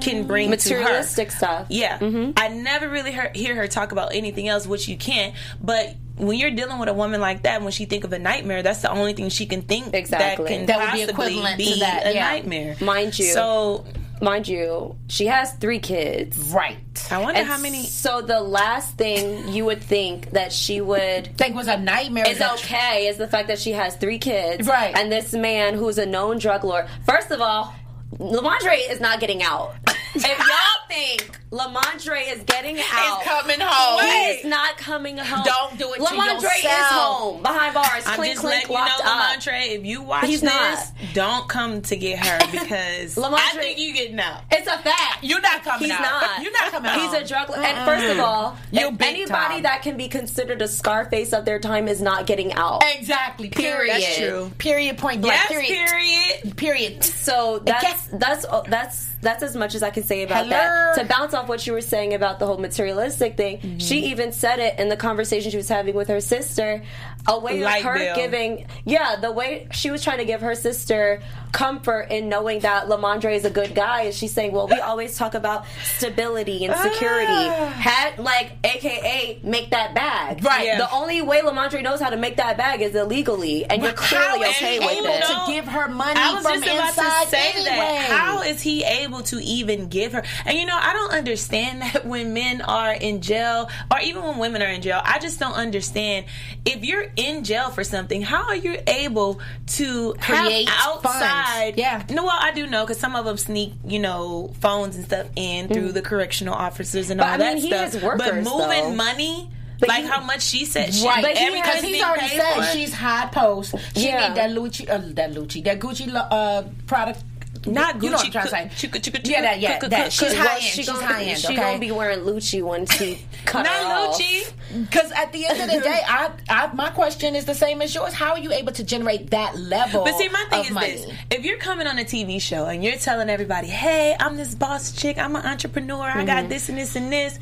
[SPEAKER 4] can bring
[SPEAKER 2] materialistic
[SPEAKER 4] to her.
[SPEAKER 2] stuff.
[SPEAKER 4] Yeah,
[SPEAKER 2] Mm-hmm.
[SPEAKER 4] I never really hear, hear her talk about anything else, which you can't. But when you're dealing with a woman like that, when she think of a nightmare, that's the only thing she can think
[SPEAKER 2] Exactly.
[SPEAKER 4] that can
[SPEAKER 5] That would be
[SPEAKER 4] possibly
[SPEAKER 5] equivalent to
[SPEAKER 4] be
[SPEAKER 5] that,
[SPEAKER 4] a
[SPEAKER 5] yeah.
[SPEAKER 4] nightmare,
[SPEAKER 2] Mind you,
[SPEAKER 4] So
[SPEAKER 2] mind you, she has three kids.
[SPEAKER 5] Right.
[SPEAKER 4] I
[SPEAKER 5] I
[SPEAKER 4] wonder
[SPEAKER 2] And
[SPEAKER 4] how many.
[SPEAKER 2] So the last thing you would think that she would
[SPEAKER 5] think was a nightmare.
[SPEAKER 2] is okay is the fact that she has three kids.
[SPEAKER 5] Right.
[SPEAKER 2] And this man who's a known drug lord. First of all, Lamondre is not getting out. if y'all think Lamondre is getting out,
[SPEAKER 5] He's coming home.
[SPEAKER 2] He's not coming home.
[SPEAKER 5] Don't do it to
[SPEAKER 2] Lamondre is
[SPEAKER 5] yourself.
[SPEAKER 2] home behind bars,
[SPEAKER 4] I'm
[SPEAKER 2] clink
[SPEAKER 4] just
[SPEAKER 2] clink,
[SPEAKER 4] letting you
[SPEAKER 2] locked
[SPEAKER 4] know,
[SPEAKER 2] up.
[SPEAKER 4] Lamontre, if you watch
[SPEAKER 2] He's
[SPEAKER 4] this,
[SPEAKER 2] not.
[SPEAKER 4] don't come to get her because I
[SPEAKER 2] Lamontre-
[SPEAKER 4] think you getting out.
[SPEAKER 2] It's a fact.
[SPEAKER 5] You're not
[SPEAKER 2] He's
[SPEAKER 5] coming out.
[SPEAKER 2] not.
[SPEAKER 5] You're not coming
[SPEAKER 2] He's
[SPEAKER 5] home.
[SPEAKER 2] a drug. And first of all,
[SPEAKER 5] You
[SPEAKER 2] if
[SPEAKER 5] big
[SPEAKER 2] anybody
[SPEAKER 5] time.
[SPEAKER 2] that can be considered a Scarface of their time is not getting out.
[SPEAKER 5] Exactly.
[SPEAKER 2] Period.
[SPEAKER 5] Period.
[SPEAKER 2] That's
[SPEAKER 4] true.
[SPEAKER 5] Period. Point blank.
[SPEAKER 4] Yes,
[SPEAKER 5] period.
[SPEAKER 4] period.
[SPEAKER 5] Period.
[SPEAKER 2] So that's
[SPEAKER 5] Yes.
[SPEAKER 2] that's oh, that's that's as much as I can say about that.
[SPEAKER 5] Hello.
[SPEAKER 2] To bounce off what you were saying about the whole materialistic thing, she
[SPEAKER 5] Mm-hmm.
[SPEAKER 2] even said it in the conversation she was having with her sister. A way
[SPEAKER 4] Light
[SPEAKER 2] of her
[SPEAKER 4] bill.
[SPEAKER 2] giving, yeah, the way she was trying to give her sister comfort in knowing that Lamondre is a good guy, is she's saying, "Well, we always talk about stability and security. Had like, AKA, make that bag.
[SPEAKER 5] Ah. Right.
[SPEAKER 4] Yeah.
[SPEAKER 2] The only way Lamondre knows how to make that bag is illegally, and you're clearly
[SPEAKER 5] How is
[SPEAKER 2] okay
[SPEAKER 5] he
[SPEAKER 2] with
[SPEAKER 5] able
[SPEAKER 2] it.
[SPEAKER 5] to give her money
[SPEAKER 4] I was
[SPEAKER 5] from
[SPEAKER 4] just about
[SPEAKER 5] inside
[SPEAKER 4] to say
[SPEAKER 5] anyway?
[SPEAKER 4] that. How is he able to even give her? And you know, I don't understand that when men are in jail, or even when women are in jail, I just don't understand. If you're in jail for something, how are you able to
[SPEAKER 5] Create
[SPEAKER 4] have outside?
[SPEAKER 5] funds. Yeah.
[SPEAKER 4] No, well, I do know because some of them sneak, you know, phones and stuff in through the correctional officers and
[SPEAKER 2] Mm. But,
[SPEAKER 4] all
[SPEAKER 2] I
[SPEAKER 4] that
[SPEAKER 2] mean, he
[SPEAKER 4] stuff.
[SPEAKER 2] is workers,
[SPEAKER 4] but moving
[SPEAKER 2] though.
[SPEAKER 4] money.
[SPEAKER 2] But
[SPEAKER 4] like
[SPEAKER 2] he-
[SPEAKER 4] how much she said, she,
[SPEAKER 5] Right,
[SPEAKER 2] But he
[SPEAKER 4] everything
[SPEAKER 5] because he's
[SPEAKER 4] being
[SPEAKER 5] already
[SPEAKER 4] paid
[SPEAKER 5] said
[SPEAKER 4] for.
[SPEAKER 5] she's high post. She
[SPEAKER 2] Yeah.
[SPEAKER 5] need that Lucci, uh, that Lucci, that Gucci lo- uh, product.
[SPEAKER 4] Not
[SPEAKER 5] You know
[SPEAKER 4] Gucci,
[SPEAKER 5] what I'm trying to say.
[SPEAKER 4] cu- chuka, chuka, chuka,
[SPEAKER 5] yeah, that, yeah,
[SPEAKER 4] cuca, cuca.
[SPEAKER 5] that. She's
[SPEAKER 4] Well,
[SPEAKER 5] high end.
[SPEAKER 4] she
[SPEAKER 5] She's
[SPEAKER 4] gonna-
[SPEAKER 5] high end.
[SPEAKER 2] She
[SPEAKER 5] okay?
[SPEAKER 2] gonna be wearing Lucci once he cut her
[SPEAKER 4] Not
[SPEAKER 2] off.
[SPEAKER 4] Lucci.
[SPEAKER 5] Because at the end of the day, I, I, my question is the same as yours. How are you able to generate that level?
[SPEAKER 4] But see, my thing
[SPEAKER 5] of
[SPEAKER 4] is
[SPEAKER 5] money?
[SPEAKER 4] this: if you're coming on a TV show and you're telling everybody, "Hey, I'm this boss chick. I'm an entrepreneur. I
[SPEAKER 5] Mm-hmm.
[SPEAKER 4] got this and this and this,"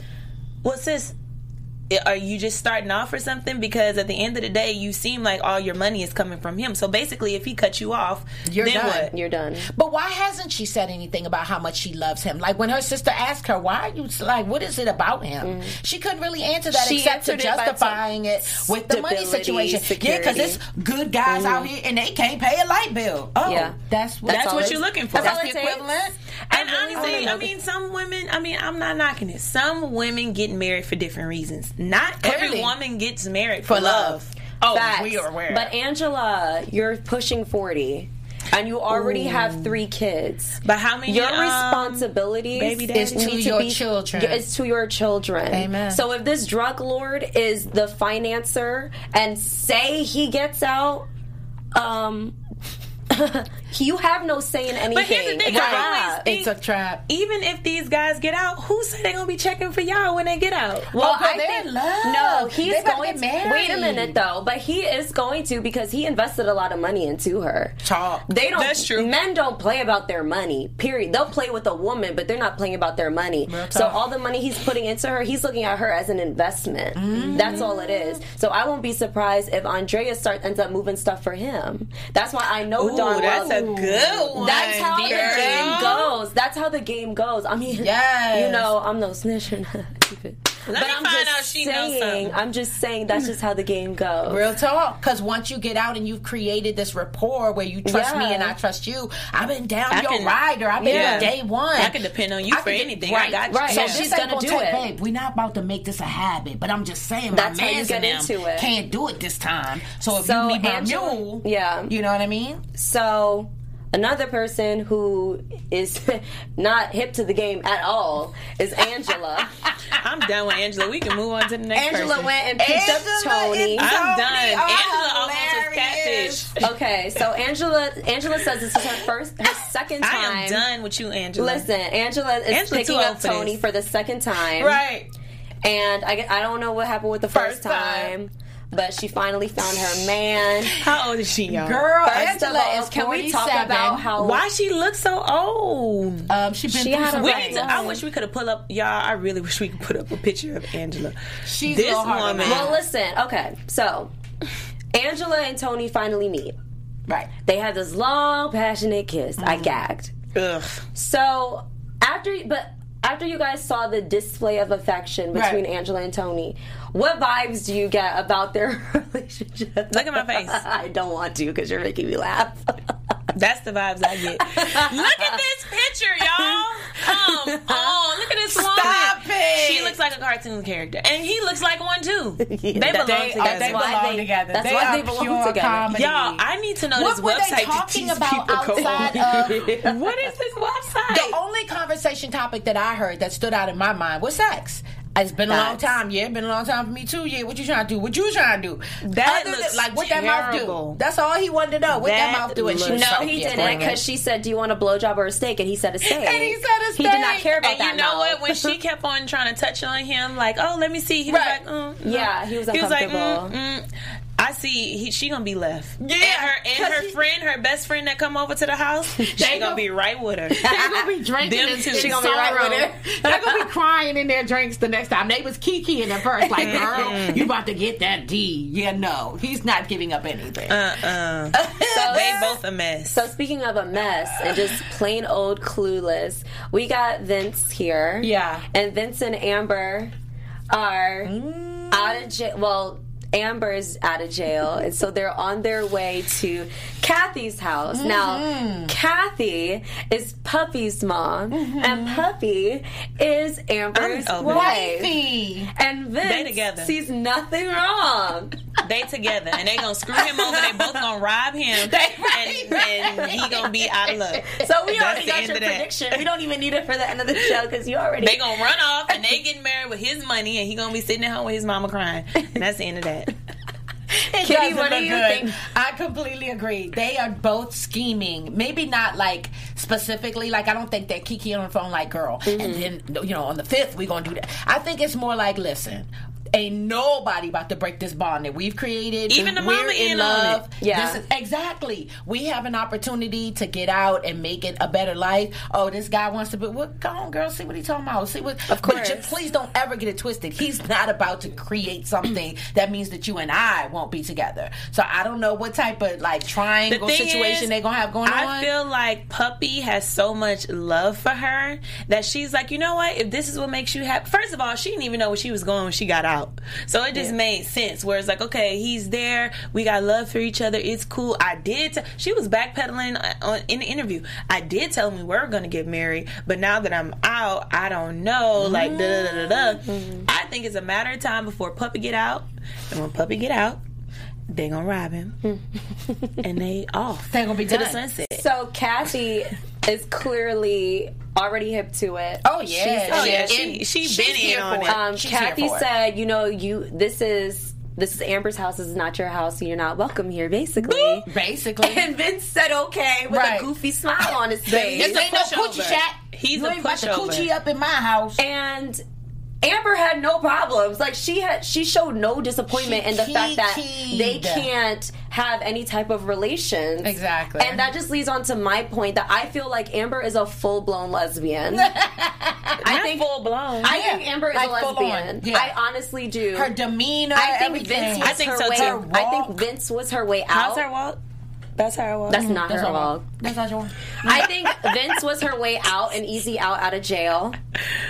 [SPEAKER 4] well, sis, i- are you just starting off or something? Because at the end of the day, you seem like all your money is coming from him. So basically, if he cut you off,
[SPEAKER 5] You're
[SPEAKER 4] then
[SPEAKER 5] done.
[SPEAKER 4] what?
[SPEAKER 2] You're done.
[SPEAKER 5] But why hasn't she said anything about how much she loves him? Like when her sister asked her, "Why are you like? What is it about him?" She couldn't really answer that
[SPEAKER 2] Mm. She
[SPEAKER 5] except to
[SPEAKER 2] answered it by
[SPEAKER 5] justifying it with the
[SPEAKER 2] stability,
[SPEAKER 5] money
[SPEAKER 2] Mm.
[SPEAKER 5] situation. Yeah, because it's good guys out here and they can't pay a light bill. Oh,
[SPEAKER 2] Yeah.
[SPEAKER 5] that's what,
[SPEAKER 2] That's all
[SPEAKER 5] what
[SPEAKER 2] it-
[SPEAKER 5] you're looking for.
[SPEAKER 2] that's all
[SPEAKER 5] the
[SPEAKER 2] it takes.
[SPEAKER 5] equivalent.
[SPEAKER 4] And
[SPEAKER 2] really wanna
[SPEAKER 4] honestly,
[SPEAKER 2] know
[SPEAKER 4] I mean, some women, I mean, I'm not knocking it. Some women get married for different reasons. Not every
[SPEAKER 5] Clearly.
[SPEAKER 4] woman gets married for,
[SPEAKER 5] For love.
[SPEAKER 4] love. Oh,
[SPEAKER 2] Facts.
[SPEAKER 5] we are aware.
[SPEAKER 2] But Angela, you're pushing forty, and you already have three kids.
[SPEAKER 4] But how many,
[SPEAKER 2] Your
[SPEAKER 4] um,
[SPEAKER 2] responsibilities
[SPEAKER 4] baby
[SPEAKER 2] is
[SPEAKER 4] daddies?
[SPEAKER 2] need
[SPEAKER 5] To
[SPEAKER 2] to
[SPEAKER 5] your
[SPEAKER 2] be-
[SPEAKER 5] children.
[SPEAKER 2] Yeah, It's to your children.
[SPEAKER 5] Amen.
[SPEAKER 2] So if this drug lord is the financer, and say he gets out, um. you have no say in anything.
[SPEAKER 4] But here's the thing,
[SPEAKER 2] It's a
[SPEAKER 4] I always
[SPEAKER 2] wrap.
[SPEAKER 4] think-
[SPEAKER 5] It's a trap.
[SPEAKER 4] even if these guys get out, who said they're gonna be checking for y'all when they get out?
[SPEAKER 2] Well,
[SPEAKER 5] girl,
[SPEAKER 2] I
[SPEAKER 5] they're
[SPEAKER 2] think
[SPEAKER 5] in love.
[SPEAKER 2] no,
[SPEAKER 5] They
[SPEAKER 2] he's
[SPEAKER 5] about to
[SPEAKER 2] going.
[SPEAKER 5] get
[SPEAKER 2] To, wait a
[SPEAKER 5] married.
[SPEAKER 2] minute though, but he is going to because he invested a lot of money into her.
[SPEAKER 5] Talk.
[SPEAKER 2] They don't.
[SPEAKER 4] That's true.
[SPEAKER 2] Men don't play about their money. Period. They'll play with a woman, but they're not playing about their money. So
[SPEAKER 5] talk.
[SPEAKER 2] all the money he's putting into her, he's looking at her as an investment.
[SPEAKER 5] Mm.
[SPEAKER 2] That's all it is. So I won't be surprised if Andrea start ends up moving stuff for him. That's why I know
[SPEAKER 4] Ooh,
[SPEAKER 2] darn
[SPEAKER 4] that's
[SPEAKER 2] well.
[SPEAKER 4] a good one.
[SPEAKER 2] That's how the
[SPEAKER 4] girl.
[SPEAKER 2] game goes. That's how the game goes. I mean,
[SPEAKER 5] Yes.
[SPEAKER 2] you know, I'm no snitch. or not. Keep it.
[SPEAKER 4] Let
[SPEAKER 2] but
[SPEAKER 4] me
[SPEAKER 2] I'm
[SPEAKER 4] find
[SPEAKER 2] just
[SPEAKER 4] out she knows
[SPEAKER 2] saying,
[SPEAKER 4] something.
[SPEAKER 2] I'm just saying that's just how the game goes.
[SPEAKER 5] Real talk. Because once you get out and you've created this rapport where you trust
[SPEAKER 2] Yeah.
[SPEAKER 5] me and I trust you, I've been down
[SPEAKER 4] I
[SPEAKER 5] your
[SPEAKER 4] can-
[SPEAKER 5] rider. I've been
[SPEAKER 4] Yeah.
[SPEAKER 5] your day one.
[SPEAKER 4] I can depend on you for
[SPEAKER 5] can de-
[SPEAKER 4] anything. I got you.
[SPEAKER 2] right.
[SPEAKER 5] So
[SPEAKER 2] Yeah.
[SPEAKER 5] she's
[SPEAKER 2] She's
[SPEAKER 5] gonna,
[SPEAKER 2] gonna
[SPEAKER 5] do
[SPEAKER 2] do
[SPEAKER 5] it.
[SPEAKER 2] it.
[SPEAKER 5] Babe, we're not about to make this a habit, but I'm just saying
[SPEAKER 2] That's how
[SPEAKER 5] my
[SPEAKER 2] you
[SPEAKER 5] man's
[SPEAKER 2] get
[SPEAKER 5] and them
[SPEAKER 2] into it.
[SPEAKER 5] can't do it this time. So if
[SPEAKER 2] So,
[SPEAKER 5] you need my
[SPEAKER 2] Angela-
[SPEAKER 5] mule,
[SPEAKER 2] yeah.
[SPEAKER 5] you know what I mean.
[SPEAKER 2] So another person who is not hip to the game at all is Angela.
[SPEAKER 4] I'm done with Angela. We can move on to the next
[SPEAKER 2] Angela
[SPEAKER 4] person.
[SPEAKER 2] went and picked
[SPEAKER 5] Angela
[SPEAKER 2] up Tony.
[SPEAKER 5] is-
[SPEAKER 4] I'm
[SPEAKER 5] Tony,
[SPEAKER 4] done.
[SPEAKER 5] oh,
[SPEAKER 4] Angela almost was
[SPEAKER 5] hilarious.
[SPEAKER 4] catfish.
[SPEAKER 2] Okay, so Angela Angela says this is her first her second time.
[SPEAKER 4] I am done with you, Angela.
[SPEAKER 2] Listen, Angela is
[SPEAKER 4] Angela
[SPEAKER 2] picking
[SPEAKER 4] too
[SPEAKER 2] up
[SPEAKER 4] old for
[SPEAKER 2] Tony
[SPEAKER 4] this.
[SPEAKER 2] for the second time.
[SPEAKER 4] Right.
[SPEAKER 2] And I, I don't know what happened with the first,
[SPEAKER 5] First
[SPEAKER 2] time,
[SPEAKER 5] time.
[SPEAKER 2] but she finally found her man.
[SPEAKER 4] How old is she, y'all?
[SPEAKER 5] Girl,
[SPEAKER 2] First of
[SPEAKER 5] Angela
[SPEAKER 2] all,
[SPEAKER 5] is
[SPEAKER 2] can we talk
[SPEAKER 5] 47.
[SPEAKER 2] about how
[SPEAKER 4] Why she look so old?
[SPEAKER 5] um, she been
[SPEAKER 2] She
[SPEAKER 5] through
[SPEAKER 2] had
[SPEAKER 5] some
[SPEAKER 2] a
[SPEAKER 4] we
[SPEAKER 2] Uh, right.
[SPEAKER 4] need to, I wish we could have pulled up, y'all. I really wish we could put up a picture of Angela.
[SPEAKER 5] She's
[SPEAKER 4] this
[SPEAKER 5] a little hard on
[SPEAKER 4] woman.
[SPEAKER 5] her.
[SPEAKER 2] Well, listen. Okay, so Angela and Tony finally meet.
[SPEAKER 5] right.
[SPEAKER 2] They have this long, passionate kiss. I
[SPEAKER 4] Mm-hmm.
[SPEAKER 2] gagged.
[SPEAKER 4] Ugh.
[SPEAKER 2] So after, but after you guys saw the display of affection between
[SPEAKER 5] Right.
[SPEAKER 2] Angela and Tony, what vibes do you get about their relationship?
[SPEAKER 4] Look at my face.
[SPEAKER 2] I don't want to because you're making me laugh.
[SPEAKER 4] That's the vibes I get. Look at this picture, y'all. y'all. Come on, look at this woman.
[SPEAKER 5] Stop it.
[SPEAKER 4] She looks like a cartoon character, and he looks like one too. they belong
[SPEAKER 5] They,
[SPEAKER 4] together.
[SPEAKER 5] are, they
[SPEAKER 2] why
[SPEAKER 5] belong
[SPEAKER 2] they-
[SPEAKER 5] together.
[SPEAKER 2] that's
[SPEAKER 5] they
[SPEAKER 2] why
[SPEAKER 5] are
[SPEAKER 2] they belong
[SPEAKER 5] pure
[SPEAKER 2] together.
[SPEAKER 5] Comedy.
[SPEAKER 4] Y'all, I need to know
[SPEAKER 5] what
[SPEAKER 4] this
[SPEAKER 5] were
[SPEAKER 4] website
[SPEAKER 5] they
[SPEAKER 4] to
[SPEAKER 5] talking
[SPEAKER 4] teach
[SPEAKER 5] about
[SPEAKER 4] people code.
[SPEAKER 5] outside of
[SPEAKER 4] what is this website?
[SPEAKER 5] the only conversation topic that I heard that stood out in my mind was sex. It's been a long
[SPEAKER 2] Facts.
[SPEAKER 5] time, yeah. Been a long time for me too, yeah. What you trying to do? What you trying to do?
[SPEAKER 4] That
[SPEAKER 5] Other
[SPEAKER 4] looks
[SPEAKER 5] like what that mouth
[SPEAKER 4] terrible.
[SPEAKER 5] do? That's all he wanted to know. What that,
[SPEAKER 4] That
[SPEAKER 5] mouth do? And she was
[SPEAKER 4] looks-
[SPEAKER 5] like,
[SPEAKER 2] No, he
[SPEAKER 5] yeah,
[SPEAKER 2] didn't.
[SPEAKER 5] damn it.
[SPEAKER 2] Because she said, "Do you want a blowjob or a steak?" And he said, "A steak."
[SPEAKER 5] And he said a
[SPEAKER 2] He did not
[SPEAKER 5] steak.
[SPEAKER 2] care about
[SPEAKER 4] and
[SPEAKER 2] that.
[SPEAKER 4] you know
[SPEAKER 2] no.
[SPEAKER 4] what? When she kept on trying to touch on him, like, oh, let me see. He was
[SPEAKER 5] Right.
[SPEAKER 4] like, mm,
[SPEAKER 2] Yeah, he was
[SPEAKER 4] like, mm,
[SPEAKER 2] uncomfortable.
[SPEAKER 4] mm. I see. He, she gonna be left.
[SPEAKER 5] Yeah,
[SPEAKER 4] and her and
[SPEAKER 5] 'cause
[SPEAKER 4] her
[SPEAKER 5] he-
[SPEAKER 4] friend, her best friend that come over to the house, she gonna,
[SPEAKER 5] gonna-
[SPEAKER 4] be right with her.
[SPEAKER 5] They're gonna be drinking
[SPEAKER 4] Them
[SPEAKER 5] and
[SPEAKER 4] two.
[SPEAKER 5] in
[SPEAKER 4] She gonna
[SPEAKER 2] be right
[SPEAKER 5] sorrow.
[SPEAKER 2] with it.
[SPEAKER 5] They're gonna be crying in their drinks the next time. They was kikiing at first, like, girl, you about to get that D. Yeah, no, he's not giving up anything.
[SPEAKER 4] Uh-uh. they both a mess.
[SPEAKER 2] So speaking of a mess and just plain old clueless, we got Vince here.
[SPEAKER 5] Yeah.
[SPEAKER 2] And Vince and Amber are
[SPEAKER 4] Mm.
[SPEAKER 2] out of jail. Well, Amber's out of jail, and so they're on their way to Kathy's house.
[SPEAKER 4] Mm-hmm.
[SPEAKER 2] Now, Kathy is Puppy's mom, and Puppy is Amber's
[SPEAKER 4] Mm-hmm. I'm over it.
[SPEAKER 2] wife.
[SPEAKER 5] Wifey.
[SPEAKER 2] And Vince
[SPEAKER 4] together.
[SPEAKER 2] sees nothing wrong.
[SPEAKER 4] they together and they gonna screw him over. They both gonna rob him, and, and he gonna be out of luck.
[SPEAKER 2] So we
[SPEAKER 4] That's
[SPEAKER 2] already
[SPEAKER 4] the
[SPEAKER 2] got
[SPEAKER 4] end
[SPEAKER 2] your
[SPEAKER 4] of that.
[SPEAKER 2] prediction. We don't even need it for the end of the show because you already
[SPEAKER 4] They gonna run off and they getting married with his money, and he gonna be sitting at home with his mama crying. And that's the end of that.
[SPEAKER 2] Kitty,
[SPEAKER 5] doesn't
[SPEAKER 2] what do
[SPEAKER 5] look
[SPEAKER 2] you
[SPEAKER 5] good.
[SPEAKER 2] think?
[SPEAKER 5] I completely agree. They are both scheming. Maybe not like specifically. Like I don't think that Kiki on the phone like girl, and
[SPEAKER 4] Mm-hmm.
[SPEAKER 5] then you know on the fifth we gonna do that. I think it's more like listen. Ain't nobody about to break this bond that we've created.
[SPEAKER 4] Even the
[SPEAKER 5] We're
[SPEAKER 4] mama in
[SPEAKER 5] in
[SPEAKER 4] on
[SPEAKER 5] love.
[SPEAKER 4] it.
[SPEAKER 2] Yeah.
[SPEAKER 5] This is- exactly. We have an opportunity to get out and make it a better life. Oh, this guy wants to be. Well, go on, girl. See what he talking about. See what. Of
[SPEAKER 2] course.
[SPEAKER 5] please don't ever get it twisted. He's not about to create something that means that you and I won't be together. So I don't know what type of like triangle situation
[SPEAKER 4] is,
[SPEAKER 5] they're gonna have going
[SPEAKER 4] I
[SPEAKER 5] on.
[SPEAKER 4] feel like Puppy has so much love for her that she's like, you know what? If this is what makes you happy, first of all, she didn't even know where she was going when she got out, so it just made sense. Where it's like, okay, he's there. We got love for each other. It's cool. I did. T- she was backpedaling uh, on, in the interview. I did tell him we were going to get married, but now that I'm out, I don't know. Like da da da da. da.
[SPEAKER 5] Mm.
[SPEAKER 4] I think it's a matter of time before Puppy get out, and when Puppy get out. They gonna rob him, and they off
[SPEAKER 5] They gonna be
[SPEAKER 4] to the
[SPEAKER 5] done.
[SPEAKER 4] sunset.
[SPEAKER 2] So Kathy is clearly already hip to it.
[SPEAKER 5] Oh yeah,
[SPEAKER 4] Oh,
[SPEAKER 5] She-
[SPEAKER 4] yeah,
[SPEAKER 5] it-
[SPEAKER 4] she- she
[SPEAKER 5] she's
[SPEAKER 4] been in
[SPEAKER 5] here
[SPEAKER 4] on
[SPEAKER 5] for
[SPEAKER 4] it.
[SPEAKER 2] Um,
[SPEAKER 5] She's here
[SPEAKER 2] Kathy
[SPEAKER 5] for it.
[SPEAKER 2] said, you know, you this is this is Amber's house. This is not your house. So you're not welcome here, basically.
[SPEAKER 5] basically.
[SPEAKER 2] And Vince said, okay, with
[SPEAKER 5] Right.
[SPEAKER 2] a goofy smile on his
[SPEAKER 5] This
[SPEAKER 2] face.
[SPEAKER 5] ain't no
[SPEAKER 4] pushover.
[SPEAKER 5] coochie chat.
[SPEAKER 4] He's
[SPEAKER 5] you
[SPEAKER 4] a
[SPEAKER 5] ain't about to
[SPEAKER 4] pushover.
[SPEAKER 5] coochie up in my house.
[SPEAKER 2] and Amber had no problems. Like she had, she showed no disappointment
[SPEAKER 5] She
[SPEAKER 2] in the fact that
[SPEAKER 5] kikied.
[SPEAKER 2] they can't have any type of relations.
[SPEAKER 5] Exactly.
[SPEAKER 2] And that just leads on to my point that I feel like Amber is a full blown lesbian.
[SPEAKER 4] I think full blown.
[SPEAKER 2] I
[SPEAKER 5] Yeah.
[SPEAKER 2] think Amber is
[SPEAKER 5] Like,
[SPEAKER 2] a
[SPEAKER 5] full
[SPEAKER 2] lesbian.
[SPEAKER 5] on. Yeah.
[SPEAKER 2] I honestly do.
[SPEAKER 5] her demeanor.
[SPEAKER 2] I think
[SPEAKER 5] everything.
[SPEAKER 2] Vince was
[SPEAKER 4] I think
[SPEAKER 2] her
[SPEAKER 4] so,
[SPEAKER 2] way.
[SPEAKER 4] too.
[SPEAKER 2] I think
[SPEAKER 5] Walk.
[SPEAKER 2] Vince was her way out.
[SPEAKER 4] How's her walk? That's her walk.
[SPEAKER 2] That's not her
[SPEAKER 5] all.
[SPEAKER 2] walk.
[SPEAKER 5] That's not your one.
[SPEAKER 2] I think Vince was her way out and easy out out of jail.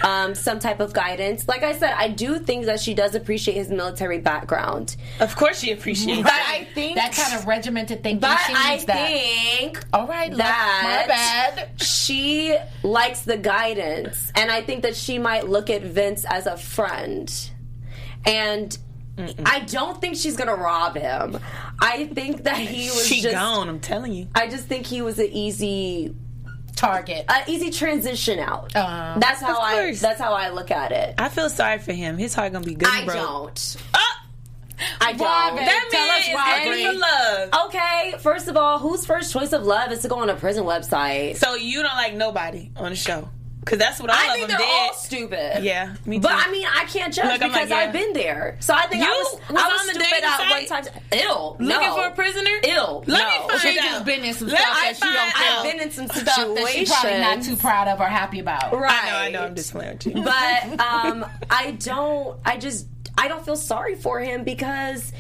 [SPEAKER 2] Um, some type of guidance. Like I said, I do think that she does appreciate his military background.
[SPEAKER 4] of course she appreciates.
[SPEAKER 2] But
[SPEAKER 4] it.
[SPEAKER 2] I think
[SPEAKER 5] that kind of regimented thinking.
[SPEAKER 2] But
[SPEAKER 5] she
[SPEAKER 2] I
[SPEAKER 5] needs that.
[SPEAKER 2] think
[SPEAKER 5] All right, love, my bad.
[SPEAKER 2] she likes the guidance, and I think that she might look at Vince as a friend. And I don't think she's gonna rob him. I think that he was
[SPEAKER 4] She
[SPEAKER 2] just.
[SPEAKER 4] gone. I'm telling you.
[SPEAKER 2] I just think he was an easy,
[SPEAKER 5] Target.
[SPEAKER 2] an easy transition out.
[SPEAKER 5] Um,
[SPEAKER 2] that's how I.
[SPEAKER 4] Oh. course.
[SPEAKER 2] That's how I look at it.
[SPEAKER 4] I feel sorry for him. His heart gonna be good. and
[SPEAKER 2] I
[SPEAKER 4] broke.
[SPEAKER 2] don't.
[SPEAKER 4] Oh,
[SPEAKER 2] I don't.
[SPEAKER 5] Robin,
[SPEAKER 4] that
[SPEAKER 5] Tell
[SPEAKER 4] man
[SPEAKER 5] us
[SPEAKER 4] is
[SPEAKER 5] why,
[SPEAKER 4] looking
[SPEAKER 5] Bree.
[SPEAKER 4] for love.
[SPEAKER 2] Okay, first of all, whose first choice of love is to go on a prison website?
[SPEAKER 4] So you don't like nobody on the show because that's what all
[SPEAKER 2] I
[SPEAKER 4] of
[SPEAKER 2] think
[SPEAKER 4] them
[SPEAKER 2] they're
[SPEAKER 4] did.
[SPEAKER 2] all stupid.
[SPEAKER 4] yeah, me too.
[SPEAKER 2] But I mean, I can't judge
[SPEAKER 4] Look, I'm
[SPEAKER 2] because
[SPEAKER 4] like, yeah.
[SPEAKER 2] I've been there. So I think I
[SPEAKER 4] You
[SPEAKER 2] was,
[SPEAKER 4] was
[SPEAKER 2] I was
[SPEAKER 4] on the
[SPEAKER 2] stupid
[SPEAKER 4] dating
[SPEAKER 2] out one
[SPEAKER 4] site
[SPEAKER 2] time. Ew.
[SPEAKER 4] looking
[SPEAKER 2] no.
[SPEAKER 4] for a prisoner.
[SPEAKER 2] Ew.
[SPEAKER 4] Let
[SPEAKER 2] no.
[SPEAKER 4] me find
[SPEAKER 5] She
[SPEAKER 4] out.
[SPEAKER 5] just been in some
[SPEAKER 4] Let
[SPEAKER 5] stuff
[SPEAKER 4] me
[SPEAKER 5] that she don't
[SPEAKER 4] find
[SPEAKER 5] feel-
[SPEAKER 2] I've
[SPEAKER 4] out.
[SPEAKER 2] been in some
[SPEAKER 5] stuff that she's
[SPEAKER 2] situations.
[SPEAKER 5] probably not too proud of or happy about.
[SPEAKER 2] right.
[SPEAKER 4] I know. I know. I'm just playing with you.
[SPEAKER 2] But um, I don't. I just. I don't feel sorry for him because.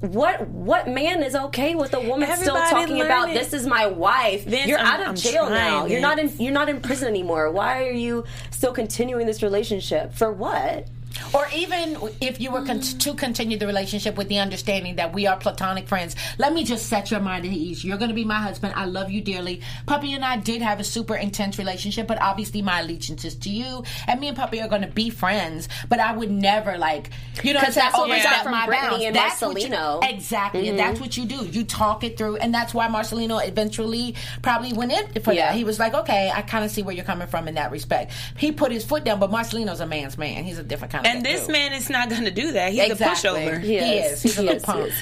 [SPEAKER 2] What what man is okay with a woman
[SPEAKER 4] Everybody
[SPEAKER 2] still talking
[SPEAKER 4] learn
[SPEAKER 2] about
[SPEAKER 4] it.
[SPEAKER 2] this is my wife?
[SPEAKER 4] Vince,
[SPEAKER 2] you're
[SPEAKER 4] I'm-
[SPEAKER 2] out of
[SPEAKER 4] I'm
[SPEAKER 2] jail
[SPEAKER 4] trying,
[SPEAKER 2] now. You're not in
[SPEAKER 4] Vince.
[SPEAKER 2] you're not in prison anymore. Why are you still continuing this relationship? For what?
[SPEAKER 5] Or even if you were con-
[SPEAKER 2] Mm.
[SPEAKER 5] to continue the relationship with the understanding that we are platonic friends, let me just set your mind at ease. You're going to be my husband. I love you dearly. Puppy and I did have a super intense relationship, but obviously my allegiance is to you. And me and Puppy are going to be friends, but I would never like, you know,
[SPEAKER 2] 'Cause
[SPEAKER 5] say,
[SPEAKER 2] that's what
[SPEAKER 5] "Oh,
[SPEAKER 2] we
[SPEAKER 5] it's
[SPEAKER 2] got
[SPEAKER 5] not
[SPEAKER 2] from
[SPEAKER 5] my
[SPEAKER 2] Brittany
[SPEAKER 5] bounds."
[SPEAKER 2] and
[SPEAKER 5] That's what you-
[SPEAKER 2] Marcelino. Mm-hmm.
[SPEAKER 5] Exactly. And that's what you do. You talk it through. And that's why Marcelino eventually probably went in for
[SPEAKER 2] Yeah.
[SPEAKER 5] that. He was like, okay, I kind of see where you're coming from in that respect. He put his foot down, but Marcelino's a man's man. He's a different kind of
[SPEAKER 4] And
[SPEAKER 5] man,
[SPEAKER 4] this
[SPEAKER 5] too.
[SPEAKER 4] man is not going to do that. He's
[SPEAKER 5] Exactly.
[SPEAKER 4] a pushover.
[SPEAKER 5] He is. He's a little punk.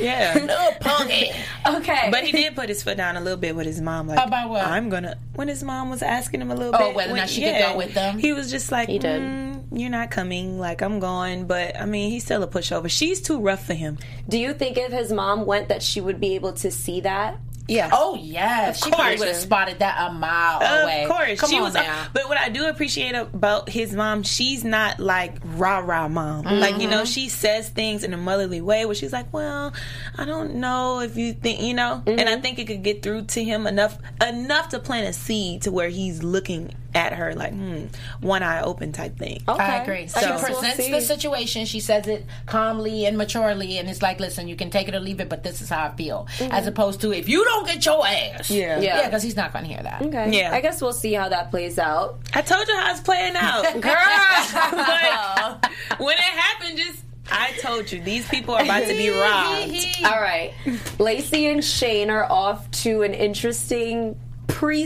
[SPEAKER 4] Yeah.
[SPEAKER 5] Little punky.
[SPEAKER 2] Okay.
[SPEAKER 4] But he did put his foot down a little bit with his mom. Like,
[SPEAKER 5] About what?
[SPEAKER 4] I'm gonna. When his mom was asking him a little
[SPEAKER 5] Oh,
[SPEAKER 4] bit,
[SPEAKER 5] whether or
[SPEAKER 4] when-
[SPEAKER 5] not she could go with them?
[SPEAKER 4] he was just like,
[SPEAKER 2] He did.
[SPEAKER 4] "Mm, you're not coming. Like, I'm going. But I mean, he's still a pushover. She's too rough for him.
[SPEAKER 2] Do you think if his mom went that she would be able to see that?
[SPEAKER 4] Yeah.
[SPEAKER 5] Oh, yeah. She probably
[SPEAKER 4] course.
[SPEAKER 5] would have spotted that a mile away.
[SPEAKER 4] Of course,
[SPEAKER 5] Come
[SPEAKER 4] she
[SPEAKER 5] on
[SPEAKER 4] was.
[SPEAKER 5] now.
[SPEAKER 4] But what I do appreciate about his mom, she's not like rah rah mom. Like you know,
[SPEAKER 5] Mm-hmm.
[SPEAKER 4] she says things in a motherly way where she's like, "Well, I don't know if you think you know," and
[SPEAKER 5] Mm-hmm.
[SPEAKER 4] I think it could get through to him enough enough to plant a seed to where he's looking at her like hmm, one eye open type thing.
[SPEAKER 2] Okay.
[SPEAKER 5] I agree.
[SPEAKER 2] I
[SPEAKER 5] she
[SPEAKER 2] guess we'll
[SPEAKER 5] presents
[SPEAKER 2] see.
[SPEAKER 5] the situation. She says it calmly and maturely, and it's like, listen, you can take it or leave it, but this is how I feel. As opposed to if you don't get your ass,
[SPEAKER 4] Yeah.
[SPEAKER 5] yeah,
[SPEAKER 2] Yeah.
[SPEAKER 5] because he's not going to hear that.
[SPEAKER 2] Okay.
[SPEAKER 4] Yeah.
[SPEAKER 2] I guess we'll see how that plays out.
[SPEAKER 4] I told you how it's playing out, girl. Like, when it happened, just I told you these people are about to be robbed.
[SPEAKER 2] All right. Lacey and Shane are off to an interesting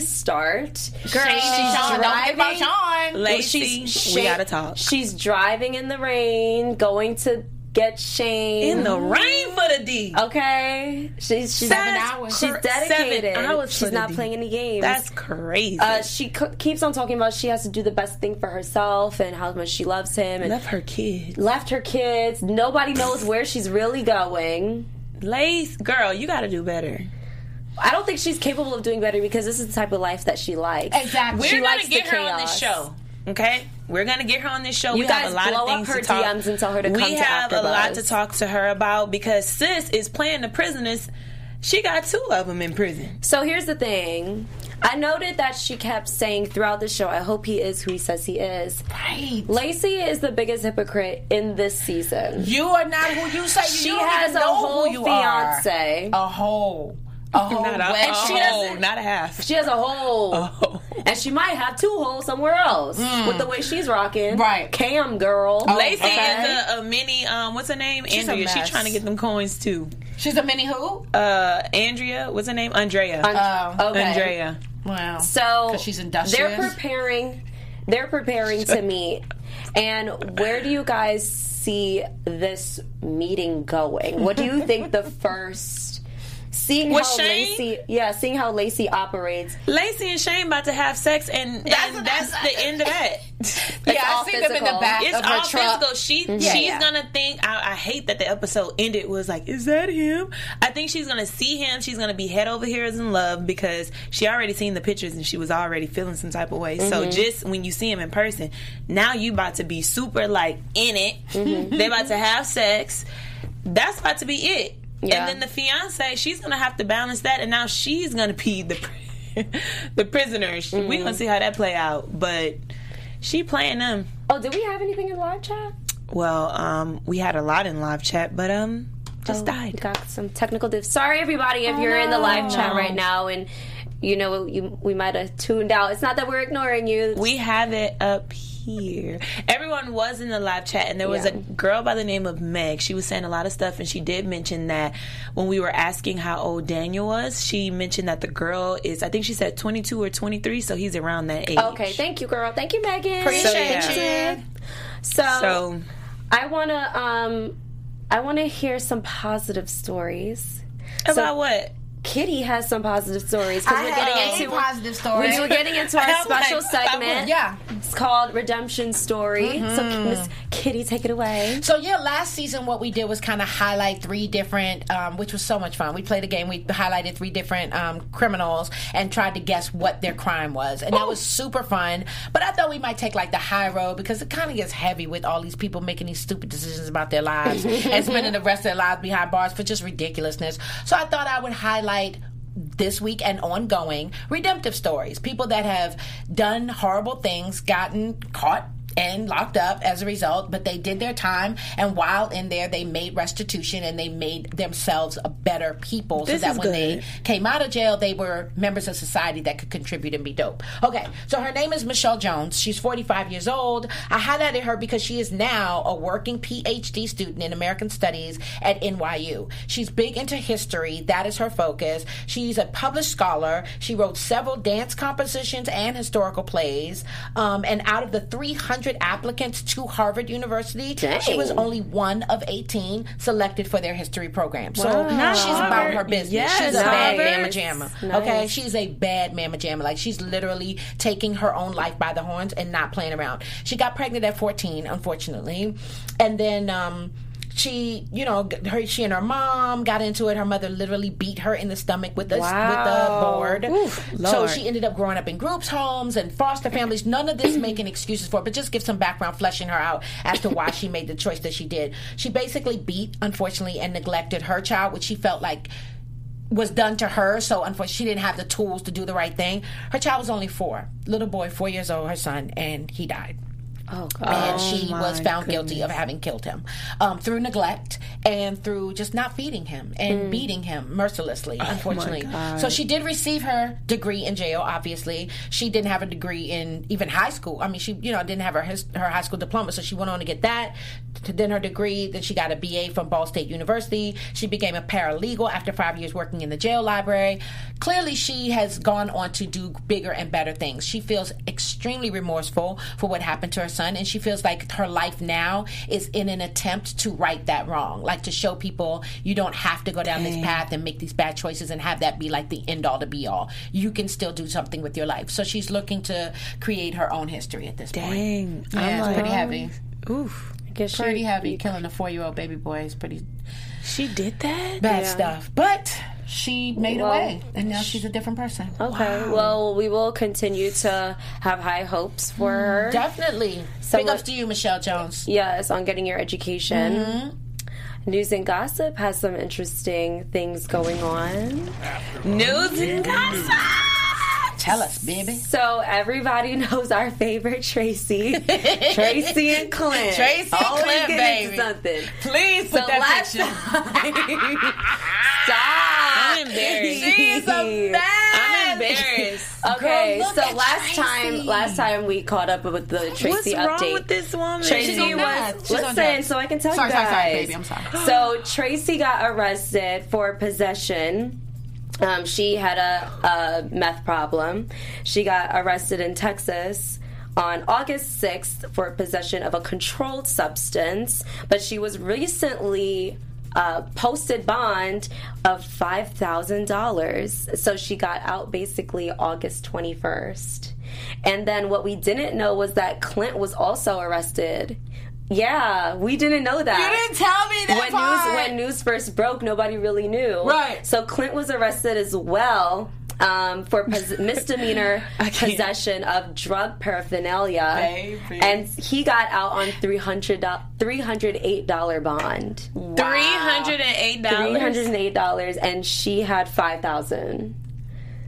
[SPEAKER 2] pre-start.
[SPEAKER 5] Girl, she's Sean, don't
[SPEAKER 2] driving.
[SPEAKER 5] give up Sean.
[SPEAKER 4] Lacey, we
[SPEAKER 2] Sha-
[SPEAKER 4] gotta talk.
[SPEAKER 2] She's driving in the rain, going to get Shane.
[SPEAKER 4] In the rain for the D.
[SPEAKER 2] okay. She's she's
[SPEAKER 4] Seven
[SPEAKER 5] hours.
[SPEAKER 2] She's dedicated.
[SPEAKER 4] Seven hours
[SPEAKER 2] she's
[SPEAKER 4] for the
[SPEAKER 2] not
[SPEAKER 4] D.
[SPEAKER 2] playing any games.
[SPEAKER 4] That's crazy.
[SPEAKER 2] uh, she co- keeps on talking about she has to do the best thing for herself and how much she loves him and
[SPEAKER 4] Left her kid.
[SPEAKER 2] left her kids. Nobody knows where she's really going.
[SPEAKER 4] Lace, girl, you gotta do better.
[SPEAKER 2] I don't think she's capable of doing better because this is the type of life that she likes.
[SPEAKER 5] Exactly.
[SPEAKER 2] She
[SPEAKER 4] We're gonna
[SPEAKER 2] likes
[SPEAKER 4] get
[SPEAKER 2] the
[SPEAKER 4] her on
[SPEAKER 2] chaos.
[SPEAKER 4] this show. Okay? We're gonna get her on this show.
[SPEAKER 2] You
[SPEAKER 4] we
[SPEAKER 2] guys
[SPEAKER 4] have a lot
[SPEAKER 2] blow up
[SPEAKER 4] of things
[SPEAKER 2] her
[SPEAKER 4] to talk.
[SPEAKER 2] DMs and tell her to
[SPEAKER 4] we
[SPEAKER 2] come to
[SPEAKER 4] have a lot
[SPEAKER 2] AfterBuzz.
[SPEAKER 4] to talk to her about because sis is playing the prisoners. She got two of them in prison.
[SPEAKER 2] So here's the thing. I noted that she kept saying throughout the show, I hope he is who he says he is.
[SPEAKER 5] Right.
[SPEAKER 2] Lacey is the biggest hypocrite in this season.
[SPEAKER 5] You are not who you say you
[SPEAKER 2] She
[SPEAKER 5] you don't
[SPEAKER 2] has
[SPEAKER 5] even
[SPEAKER 2] a
[SPEAKER 5] know
[SPEAKER 2] whole
[SPEAKER 5] who you
[SPEAKER 2] fiance. Oh.
[SPEAKER 5] are. A whole. A whole.
[SPEAKER 4] Not a
[SPEAKER 5] wedge.
[SPEAKER 4] whole,
[SPEAKER 2] she doesn't-
[SPEAKER 4] not a half. Oh.
[SPEAKER 2] She has a hole. And she might have two holes somewhere else
[SPEAKER 4] Hmm.
[SPEAKER 2] with the way she's rocking.
[SPEAKER 5] Right.
[SPEAKER 2] Cam girl.
[SPEAKER 4] Lacey
[SPEAKER 5] Okay.
[SPEAKER 4] is a, a mini. Um, what's her name?
[SPEAKER 5] She's a
[SPEAKER 4] Andrea. She's
[SPEAKER 5] mess.
[SPEAKER 4] trying to get them coins too.
[SPEAKER 5] She's a mini who?
[SPEAKER 4] Uh, Andrea. What's her name? Andrea.
[SPEAKER 5] Oh.
[SPEAKER 2] okay.
[SPEAKER 4] Andrea.
[SPEAKER 5] wow.
[SPEAKER 2] So
[SPEAKER 5] 'Cause she's industrious.
[SPEAKER 2] They're preparing. They're preparing to meet. And where do you guys see this meeting going? What do you think the first seeing
[SPEAKER 4] With
[SPEAKER 2] how
[SPEAKER 4] Shane?
[SPEAKER 2] Lacey yeah, seeing how Lacey operates.
[SPEAKER 4] Lacey and Shane about to have sex, and that's, and that's the end of that.
[SPEAKER 5] yeah,
[SPEAKER 2] all
[SPEAKER 5] I see them in the
[SPEAKER 2] physical.
[SPEAKER 5] back
[SPEAKER 4] It's
[SPEAKER 5] of her
[SPEAKER 4] all
[SPEAKER 5] truck. Mm-hmm.
[SPEAKER 4] physical. She
[SPEAKER 5] Yeah,
[SPEAKER 4] she's
[SPEAKER 5] yeah.
[SPEAKER 4] gonna think. I, I hate that the episode ended was like, is that him? I think she's gonna see him. She's gonna be head over heels in love because she already seen the pictures and she was already feeling some type of way.
[SPEAKER 5] Mm-hmm.
[SPEAKER 4] So just when you see him in person, now you about to be super like in it.
[SPEAKER 5] Mm-hmm.
[SPEAKER 4] They about to have sex. That's about to be it.
[SPEAKER 2] Yeah.
[SPEAKER 4] And then the fiance, she's gonna have to balance that, and now she's gonna be the pri- the prisoner. She
[SPEAKER 5] Mm-hmm.
[SPEAKER 4] We gonna see how that play out, but she playing them.
[SPEAKER 2] Oh, did we have anything in live chat?
[SPEAKER 4] Well, um, we had a lot in live chat, but um, just
[SPEAKER 2] Oh, We
[SPEAKER 4] died.
[SPEAKER 2] got some technical diff. Sorry everybody if you're in the live chat right now and you know you, we might have tuned out. It's not that we're ignoring you.
[SPEAKER 4] We have it up here. Everyone was in the live chat, and there was
[SPEAKER 2] Yeah.
[SPEAKER 4] a girl by the name of Meg. She was saying a lot of stuff, and she did mention that when we were asking how old Daniel was, she mentioned that the girl is, I think she said 22 or 23, so he's around that age.
[SPEAKER 2] Okay, thank you, girl. Thank you, Megan.
[SPEAKER 4] So,
[SPEAKER 5] Appreciate
[SPEAKER 4] yeah.
[SPEAKER 5] you.
[SPEAKER 4] So,
[SPEAKER 2] I wanna um I wanna hear some positive stories.
[SPEAKER 4] about what?
[SPEAKER 2] Kitty has some positive stories because
[SPEAKER 5] I
[SPEAKER 2] we're
[SPEAKER 5] had
[SPEAKER 2] getting
[SPEAKER 5] a
[SPEAKER 2] into
[SPEAKER 5] positive story.
[SPEAKER 2] we're getting into
[SPEAKER 4] I'm
[SPEAKER 2] our
[SPEAKER 4] like,
[SPEAKER 2] special
[SPEAKER 4] stop
[SPEAKER 2] segment.
[SPEAKER 4] it.
[SPEAKER 5] Yeah. Mm-hmm.
[SPEAKER 2] it's called Redemption Story. So Miss Kitty, take it away.
[SPEAKER 5] So yeah, last season what we did was kind of highlight three different, um, which was so much fun. We played a game. We highlighted three different um, criminals and tried to guess what their crime was, and that was super fun. But I thought we might take like the high road because it kind of gets heavy with all these people making these stupid decisions about their lives and spending the rest of their lives behind bars for just ridiculousness. So I thought I would highlight this week and ongoing redemptive stories people that have done horrible things gotten caught and locked up as a result, but they did their time. And while in there, they made restitution and they made themselves a better people
[SPEAKER 4] This
[SPEAKER 5] so that
[SPEAKER 4] is
[SPEAKER 5] when they
[SPEAKER 4] good.
[SPEAKER 5] came out of jail, they were members of society that could contribute and be dope. Okay, so her name is Michelle Jones. She's 45 years old. I highlighted her because she is now a working PhD student in American Studies at NYU. She's big into history, that is her focus. She's a published scholar. She wrote several dance compositions and historical plays. Um, and out of the 300 applicants to Harvard University, she
[SPEAKER 2] Dang.
[SPEAKER 5] was only one of 18 selected for their history program. So
[SPEAKER 4] Nice.
[SPEAKER 5] she's about her business.
[SPEAKER 4] Yes,
[SPEAKER 5] she's a bad
[SPEAKER 4] Harvard.
[SPEAKER 5] mamma jamma. Okay, she's a bad mamma jamma. Like she's literally taking her own life by the horns and not playing around. She got pregnant at 14, unfortunately, and then. um she, you know, g- her, she and her mom got into it. Her mother literally beat her in the stomach with the with the board. so she ended up growing up in groups homes and foster families. None of this making excuses for, it, but just give some background, fleshing her out as to why she made the choice that she did. She basically beat, unfortunately, and neglected her child, which she felt like was done to her, so unfortunately she didn't have the tools to do the right thing. Her child was only four, little boy, four years old, her son, and he died. Oh, God. And she was found guilty of having killed him um, through neglect and through just not feeding him and beating him mercilessly, unfortunately. So she did receive her degree in jail, obviously. She didn't have a degree in even high school. I mean, she, you know, didn't have her, his, her high school diploma, so she went on to get that, t- then her degree, then she got a BA from Ball State University. She became a paralegal after five years working in the jail library. Clearly, she has gone on to do bigger and better things. She feels extremely remorseful for what happened to her son, and she feels like her life now is in an attempt to right that wrong, like to show people you don't have to go down this path and make these bad choices and have that be like the end all to be all. You can still do something with your life. So she's looking to create her own history at this point.
[SPEAKER 4] Dang. oh,
[SPEAKER 5] Yeah, it's pretty heavy.
[SPEAKER 4] Oof.
[SPEAKER 2] Guess she-
[SPEAKER 5] Pretty heavy. Killing a four-year-old baby boy is pretty
[SPEAKER 4] She did that?
[SPEAKER 5] bad stuff. But she made
[SPEAKER 2] Well,
[SPEAKER 5] a way, and now she's a different person.
[SPEAKER 2] Okay. Well, we will continue to have high hopes for
[SPEAKER 5] Mm-hmm.
[SPEAKER 2] her.
[SPEAKER 5] Definitely. Big
[SPEAKER 2] Someone-
[SPEAKER 5] ups to you, Michelle Jones.
[SPEAKER 2] Yes, on getting your education.
[SPEAKER 5] Mm-hmm.
[SPEAKER 2] News and gossip has some interesting things going on.
[SPEAKER 4] News and gossip.
[SPEAKER 5] Tell us, baby.
[SPEAKER 2] So everybody knows our favorite Tracy, Tracy and Clint.
[SPEAKER 5] Tracy and
[SPEAKER 2] Always
[SPEAKER 5] Clint,
[SPEAKER 2] get
[SPEAKER 5] baby.
[SPEAKER 2] into something.
[SPEAKER 5] Please
[SPEAKER 2] So last time, stop.
[SPEAKER 4] I'm embarrassed.
[SPEAKER 5] She's a
[SPEAKER 4] I'm embarrassed.
[SPEAKER 2] Okay,
[SPEAKER 5] Girl, look
[SPEAKER 2] so
[SPEAKER 5] at
[SPEAKER 2] last time,
[SPEAKER 5] Tracy.
[SPEAKER 2] last time we caught up with the Tracy
[SPEAKER 4] What's
[SPEAKER 2] update.
[SPEAKER 4] wrong with this woman?
[SPEAKER 2] Tracy
[SPEAKER 5] She's on
[SPEAKER 2] was.
[SPEAKER 5] meth. She's on
[SPEAKER 2] Listen,
[SPEAKER 5] drugs.
[SPEAKER 2] so I can tell
[SPEAKER 5] Sorry,
[SPEAKER 2] you
[SPEAKER 5] sorry,
[SPEAKER 2] guys.
[SPEAKER 5] sorry, baby. I'm sorry.
[SPEAKER 2] So Tracy got arrested for possession. Um, she had a, a meth problem. She got arrested in Texas on August 6th for possession of a controlled substance, but she was recently. Uh, posted bond of five thousand dollars, so she got out basically August twenty first. And then what we didn't know was that Clint was also arrested. Yeah, we didn't know that
[SPEAKER 5] You didn't tell me that
[SPEAKER 2] when
[SPEAKER 5] part.
[SPEAKER 2] news when news first broke, nobody really knew.
[SPEAKER 5] Right.
[SPEAKER 2] So Clint was arrested as well um, for pos- misdemeanor possession of drug paraphernalia,
[SPEAKER 5] Baby.
[SPEAKER 2] and he got out on three hundred three hundred eight dollar bond,
[SPEAKER 4] $308.
[SPEAKER 2] three hundred and eight dollars, and she had five thousand.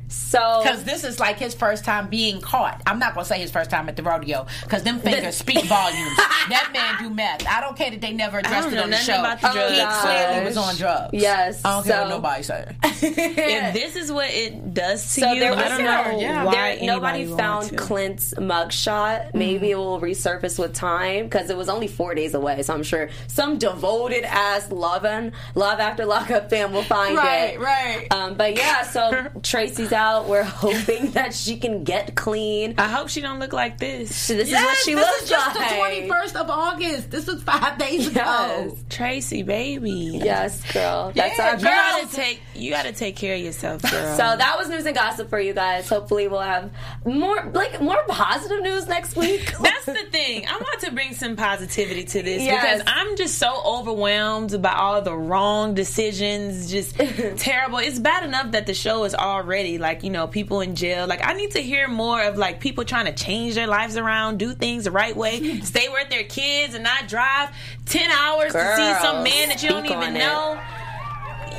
[SPEAKER 2] So
[SPEAKER 5] Because this is like his first time being caught. I'm not gonna say his first time at the rodeo, because them fingers speak volumes. that man do meth. I don't care that they never addressed
[SPEAKER 4] don't
[SPEAKER 5] it
[SPEAKER 4] know
[SPEAKER 5] on the
[SPEAKER 4] nothing
[SPEAKER 5] show.
[SPEAKER 4] about the drugs.
[SPEAKER 5] he clearly
[SPEAKER 2] Gosh.
[SPEAKER 5] was on drugs.
[SPEAKER 2] Yes,
[SPEAKER 5] I don't care
[SPEAKER 2] so-
[SPEAKER 5] what nobody say.
[SPEAKER 4] If this is what it does to
[SPEAKER 2] So
[SPEAKER 4] you,
[SPEAKER 2] there was
[SPEAKER 4] I don't
[SPEAKER 2] no,
[SPEAKER 4] know
[SPEAKER 2] yeah.
[SPEAKER 4] why
[SPEAKER 2] there, nobody
[SPEAKER 4] anybody would
[SPEAKER 2] found
[SPEAKER 4] want to.
[SPEAKER 2] Clint's mugshot. Maybe it will resurface with time because it was only four days away. So I'm sure some devoted ass love and love after lockup fan will find it.
[SPEAKER 5] right.
[SPEAKER 2] Um, but yeah, so Tracy's out. We're hoping that she can get clean.
[SPEAKER 4] I hope she don't look like this.
[SPEAKER 2] This is what she
[SPEAKER 5] this
[SPEAKER 2] looks
[SPEAKER 5] is just
[SPEAKER 2] like.
[SPEAKER 5] the 21st of August. This was five days
[SPEAKER 2] Yes.
[SPEAKER 5] ago.
[SPEAKER 4] Tracy, baby.
[SPEAKER 2] Yes, girl. That's
[SPEAKER 5] Yeah,
[SPEAKER 2] our
[SPEAKER 5] girl.
[SPEAKER 4] You
[SPEAKER 2] girl.
[SPEAKER 4] gotta take you gotta take care of yourself, girl.
[SPEAKER 2] So that was news and gossip for you guys. Hopefully, we'll have more like more positive news next week.
[SPEAKER 4] That's the thing. I want to bring some positivity to this
[SPEAKER 2] Yes.
[SPEAKER 4] because I'm just so overwhelmed by all the wrong decisions, just terrible. It's bad enough that the show is already like, you know, people in jail. Like I need to hear more of like people trying to change their lives around, do things the right way, stay with their kids and not drive 10 hours to see
[SPEAKER 2] Girl,
[SPEAKER 4] some man that you don't
[SPEAKER 2] speak
[SPEAKER 4] even
[SPEAKER 2] on it.
[SPEAKER 4] know.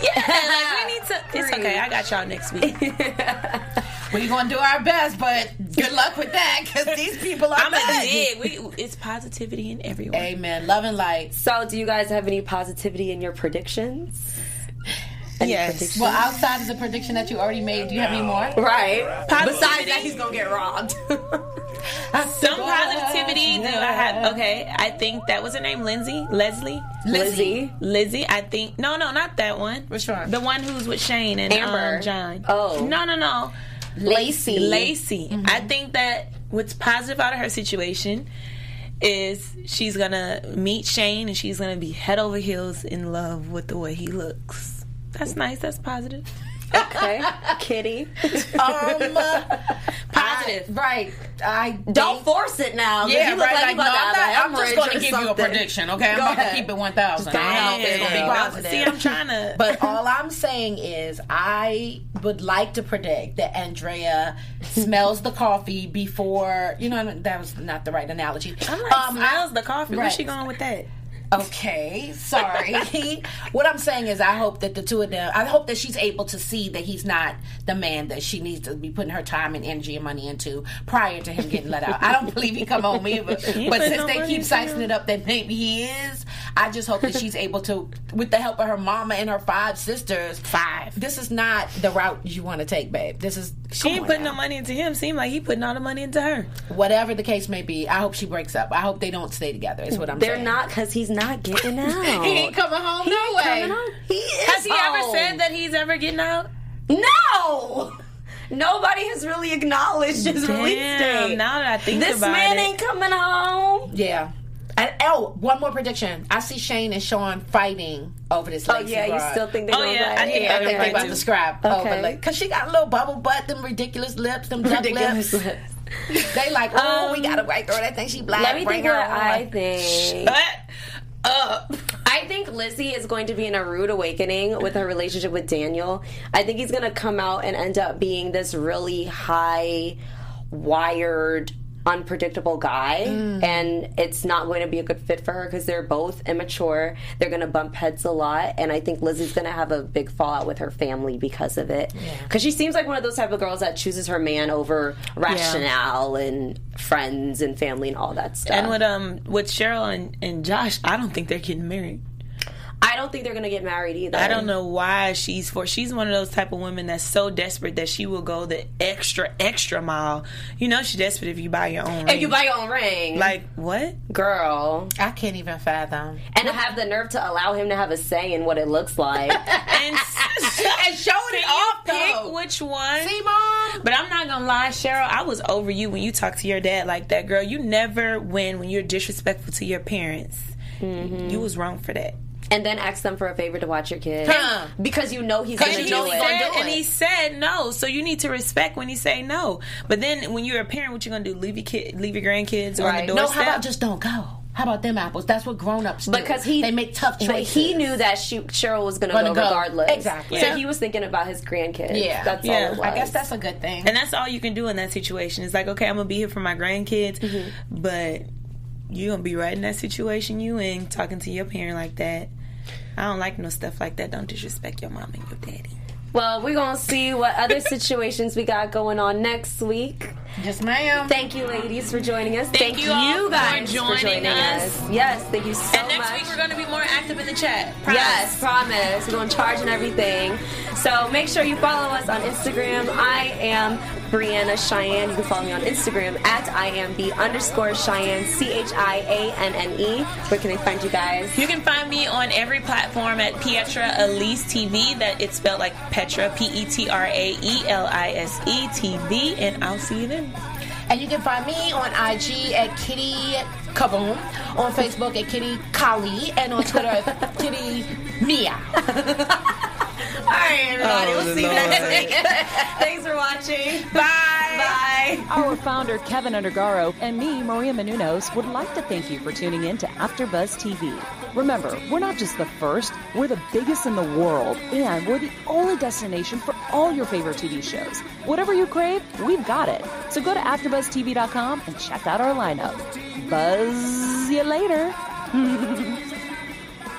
[SPEAKER 4] Yeah, like we need to It's okay. I got y'all next week.
[SPEAKER 5] We're gonna do our best, but good luck with that because these people are
[SPEAKER 4] I'm a
[SPEAKER 5] bad.
[SPEAKER 4] dig. We, it's positivity in everyone.
[SPEAKER 5] Amen. Love and light.
[SPEAKER 2] So, do you guys have any positivity in your predictions?
[SPEAKER 4] Yes.
[SPEAKER 5] Well, outside of the prediction that you already made, do you have any more?
[SPEAKER 2] Right. Besides
[SPEAKER 4] Positivity.
[SPEAKER 2] that, he's gonna get robbed.
[SPEAKER 4] Some positivity that I had. Okay, I think that was her name, Lindsay, Leslie,
[SPEAKER 2] Lizzie.
[SPEAKER 4] Lizzie. I think no, no, not that one.
[SPEAKER 5] Which one?
[SPEAKER 4] The one who's with Shane and
[SPEAKER 2] Amber.
[SPEAKER 4] um, John.
[SPEAKER 2] Oh. Mm-hmm.
[SPEAKER 4] no, no, no,
[SPEAKER 5] Lacey.
[SPEAKER 4] Lacey. I think that what's positive out of her situation is she's gonna meet Shane and she's gonna be head over heels in love with the way he looks. That's nice. That's positive.
[SPEAKER 2] Okay. Kitty.
[SPEAKER 5] Um,
[SPEAKER 4] Positive.
[SPEAKER 5] right. I
[SPEAKER 2] Don't force it now. 'cause
[SPEAKER 5] Yeah,
[SPEAKER 2] you look
[SPEAKER 5] right.
[SPEAKER 2] like, you
[SPEAKER 5] Like, no,
[SPEAKER 2] about to
[SPEAKER 5] I'm,
[SPEAKER 2] have
[SPEAKER 5] not,
[SPEAKER 2] an
[SPEAKER 5] I'm just
[SPEAKER 2] hemorrhage
[SPEAKER 5] going
[SPEAKER 2] or
[SPEAKER 5] to give you a
[SPEAKER 2] something.
[SPEAKER 5] prediction, okay? I'm
[SPEAKER 2] Go
[SPEAKER 5] about
[SPEAKER 2] ahead.
[SPEAKER 5] to keep it 1,000. I don't know if it's going to be
[SPEAKER 4] Yeah.
[SPEAKER 5] positive.
[SPEAKER 4] See, I'm trying to.
[SPEAKER 5] But all I'm saying is, I would like to predict that Andrea smells the coffee before. You know, I mean, that was not the right analogy.
[SPEAKER 4] I'm like,
[SPEAKER 5] Um,
[SPEAKER 4] smells the coffee.
[SPEAKER 5] right.
[SPEAKER 4] Where's she going with that?
[SPEAKER 5] Okay, sorry. what I'm saying is, I hope that the two of them, I hope that she's able to see that he's not the man that she needs to be putting her time and energy and money into prior to him getting let out. I don't believe he come home either, but
[SPEAKER 4] put
[SPEAKER 5] since
[SPEAKER 4] no
[SPEAKER 5] they
[SPEAKER 4] money
[SPEAKER 5] keep
[SPEAKER 4] into
[SPEAKER 5] sizing it up that maybe he is, I just hope that she's able to, with the help of her mama and her five sisters, five. This is not the route you want to take, babe. This is
[SPEAKER 4] She ain't putting
[SPEAKER 5] no
[SPEAKER 4] no money into him. Seemed like he putting all the money into her.
[SPEAKER 5] whatever the case may be. I hope she breaks up. I hope they don't stay together. Is what I'm
[SPEAKER 2] They're
[SPEAKER 5] saying.
[SPEAKER 2] not because he's not getting out.
[SPEAKER 5] He ain't coming home. no way.
[SPEAKER 2] Coming home? He is
[SPEAKER 4] Has he ever
[SPEAKER 2] home.
[SPEAKER 4] said that he's ever getting out?
[SPEAKER 2] No. Nobody has really acknowledged his release
[SPEAKER 4] Damn,
[SPEAKER 2] date.
[SPEAKER 4] now that I think
[SPEAKER 2] this
[SPEAKER 4] about
[SPEAKER 2] man
[SPEAKER 4] it.
[SPEAKER 2] ain't coming home.
[SPEAKER 5] Yeah. And oh, one more prediction. I see Shane and Sean fighting over this.
[SPEAKER 2] Oh yeah, you still think they're
[SPEAKER 4] Oh,
[SPEAKER 2] gonna
[SPEAKER 4] yeah,
[SPEAKER 2] ride
[SPEAKER 4] I think
[SPEAKER 2] it?
[SPEAKER 5] Yeah,
[SPEAKER 4] they're
[SPEAKER 5] I think
[SPEAKER 4] gonna
[SPEAKER 5] they about
[SPEAKER 4] fight
[SPEAKER 5] to
[SPEAKER 4] too.
[SPEAKER 5] scrap
[SPEAKER 2] Okay.
[SPEAKER 5] over like, cause she got a little bubble butt, them ridiculous lips, them duck
[SPEAKER 2] Ridiculous
[SPEAKER 5] lips.
[SPEAKER 2] lips. Um,
[SPEAKER 5] They like, oh, we got a white girl that thinks she black.
[SPEAKER 2] Let me
[SPEAKER 5] Bring
[SPEAKER 2] think
[SPEAKER 5] her
[SPEAKER 2] what
[SPEAKER 5] on.
[SPEAKER 2] I think.
[SPEAKER 4] But up.
[SPEAKER 2] I think Lizzie is going to be in a rude awakening with her relationship with Daniel. I think he's going to come out and end up being this really high wired unpredictable guy
[SPEAKER 4] Mm.
[SPEAKER 2] and it's not going to be a good fit for her because they're both immature they're going to bump heads a lot and i think lizzie's going to have a big fallout with her family because of it because she seems like one of those type of girls that chooses her man over rationale and friends and family and all that stuff
[SPEAKER 4] And with um with Cheryl and, and Josh, I don't think they're getting married.
[SPEAKER 2] i don't think they're going to get married either
[SPEAKER 4] I don't know why she's for. She's one of those type of women that's so desperate that she will go the extra extra mile. You know she's desperate if you buy your own.
[SPEAKER 2] If you buy your own ring,
[SPEAKER 4] like what?
[SPEAKER 2] girl,
[SPEAKER 5] I can't even fathom.
[SPEAKER 2] and to have the nerve to allow him to have a say in what it looks like.
[SPEAKER 4] And,
[SPEAKER 5] And showing it off
[SPEAKER 4] pick
[SPEAKER 5] though.
[SPEAKER 4] which one.
[SPEAKER 5] See, mom.
[SPEAKER 4] But I'm not gonna lie, Cheryl, I was over you when you talked to your dad like that, girl. You never win when you're disrespectful to your parents.
[SPEAKER 5] Mm-hmm.
[SPEAKER 4] You was wrong for that.
[SPEAKER 2] and then ask them for a favor to watch your kid
[SPEAKER 5] Huh.
[SPEAKER 2] because you know he's gonna
[SPEAKER 5] you
[SPEAKER 2] do
[SPEAKER 5] know he's gonna
[SPEAKER 2] it.
[SPEAKER 5] do
[SPEAKER 4] and
[SPEAKER 5] it.
[SPEAKER 4] he said no, so you need to respect when he say no. But then when you're a parent, what you gonna do? Leave your kid, leave your grandkids or on
[SPEAKER 2] Right.
[SPEAKER 4] the
[SPEAKER 5] No,
[SPEAKER 4] doorstep?
[SPEAKER 5] how about just don't go? How about them apples? That's what grown ups do.
[SPEAKER 2] Because he
[SPEAKER 5] they make tough
[SPEAKER 2] but
[SPEAKER 5] choices.
[SPEAKER 2] he knew that she, Cheryl was gonna,
[SPEAKER 5] Gonna
[SPEAKER 2] go,
[SPEAKER 5] go.
[SPEAKER 2] regardless.
[SPEAKER 5] Exactly.
[SPEAKER 2] So
[SPEAKER 4] Yeah.
[SPEAKER 2] he was thinking about his grandkids.
[SPEAKER 5] Yeah.
[SPEAKER 2] That's all
[SPEAKER 4] Yeah.
[SPEAKER 2] it was.
[SPEAKER 5] I guess that's a good thing.
[SPEAKER 4] and that's all you can do in that situation. It's like, okay, I'm gonna be here for my grandkids,
[SPEAKER 5] Mm-hmm.
[SPEAKER 4] but you gonna be right in that situation you in talking to your parent like that. I don't like no stuff like that. Don't disrespect your mom and your daddy.
[SPEAKER 2] Well, we're gonna see what other situations we got going on next week.
[SPEAKER 5] Yes, ma'am.
[SPEAKER 2] Thank you, ladies, for joining us. Thank,
[SPEAKER 4] you all for
[SPEAKER 2] guys
[SPEAKER 4] joining us.
[SPEAKER 2] Yes, thank you so
[SPEAKER 4] And next
[SPEAKER 2] much.
[SPEAKER 4] week we're gonna be more active in the chat. Promise.
[SPEAKER 2] Yes, promise. We're going to charge and everything. So make sure you follow us on Instagram. I am Brianna Cheyenne. You can follow me on Instagram at I am B underscore Cheyenne, C H I A N N E. Where can they find you guys?
[SPEAKER 4] You can find me on every platform at Pietra Elise TV. That it's spelled like Petra, P E T R A E L I S E T V, and I'll see you then.
[SPEAKER 5] And you can find me on IG at Kitty Kaboom, on Facebook at Kitty Kali, and on Twitter at Kitty Mia.
[SPEAKER 2] All right, everybody. we'll see you
[SPEAKER 4] Lord.
[SPEAKER 2] next week. Thanks for watching.
[SPEAKER 5] Bye.
[SPEAKER 2] Bye.
[SPEAKER 3] Our founder, Kevin Undergaro, and me, Maria Menounos, would like to thank you for tuning in to AfterBuzz TV. Remember, we're not just the first, we're the biggest in the world, and we're the only destination for all your favorite TV shows. Whatever you crave, we've got it. So go to AfterBuzzTV.com and check out our lineup. Buzz you later.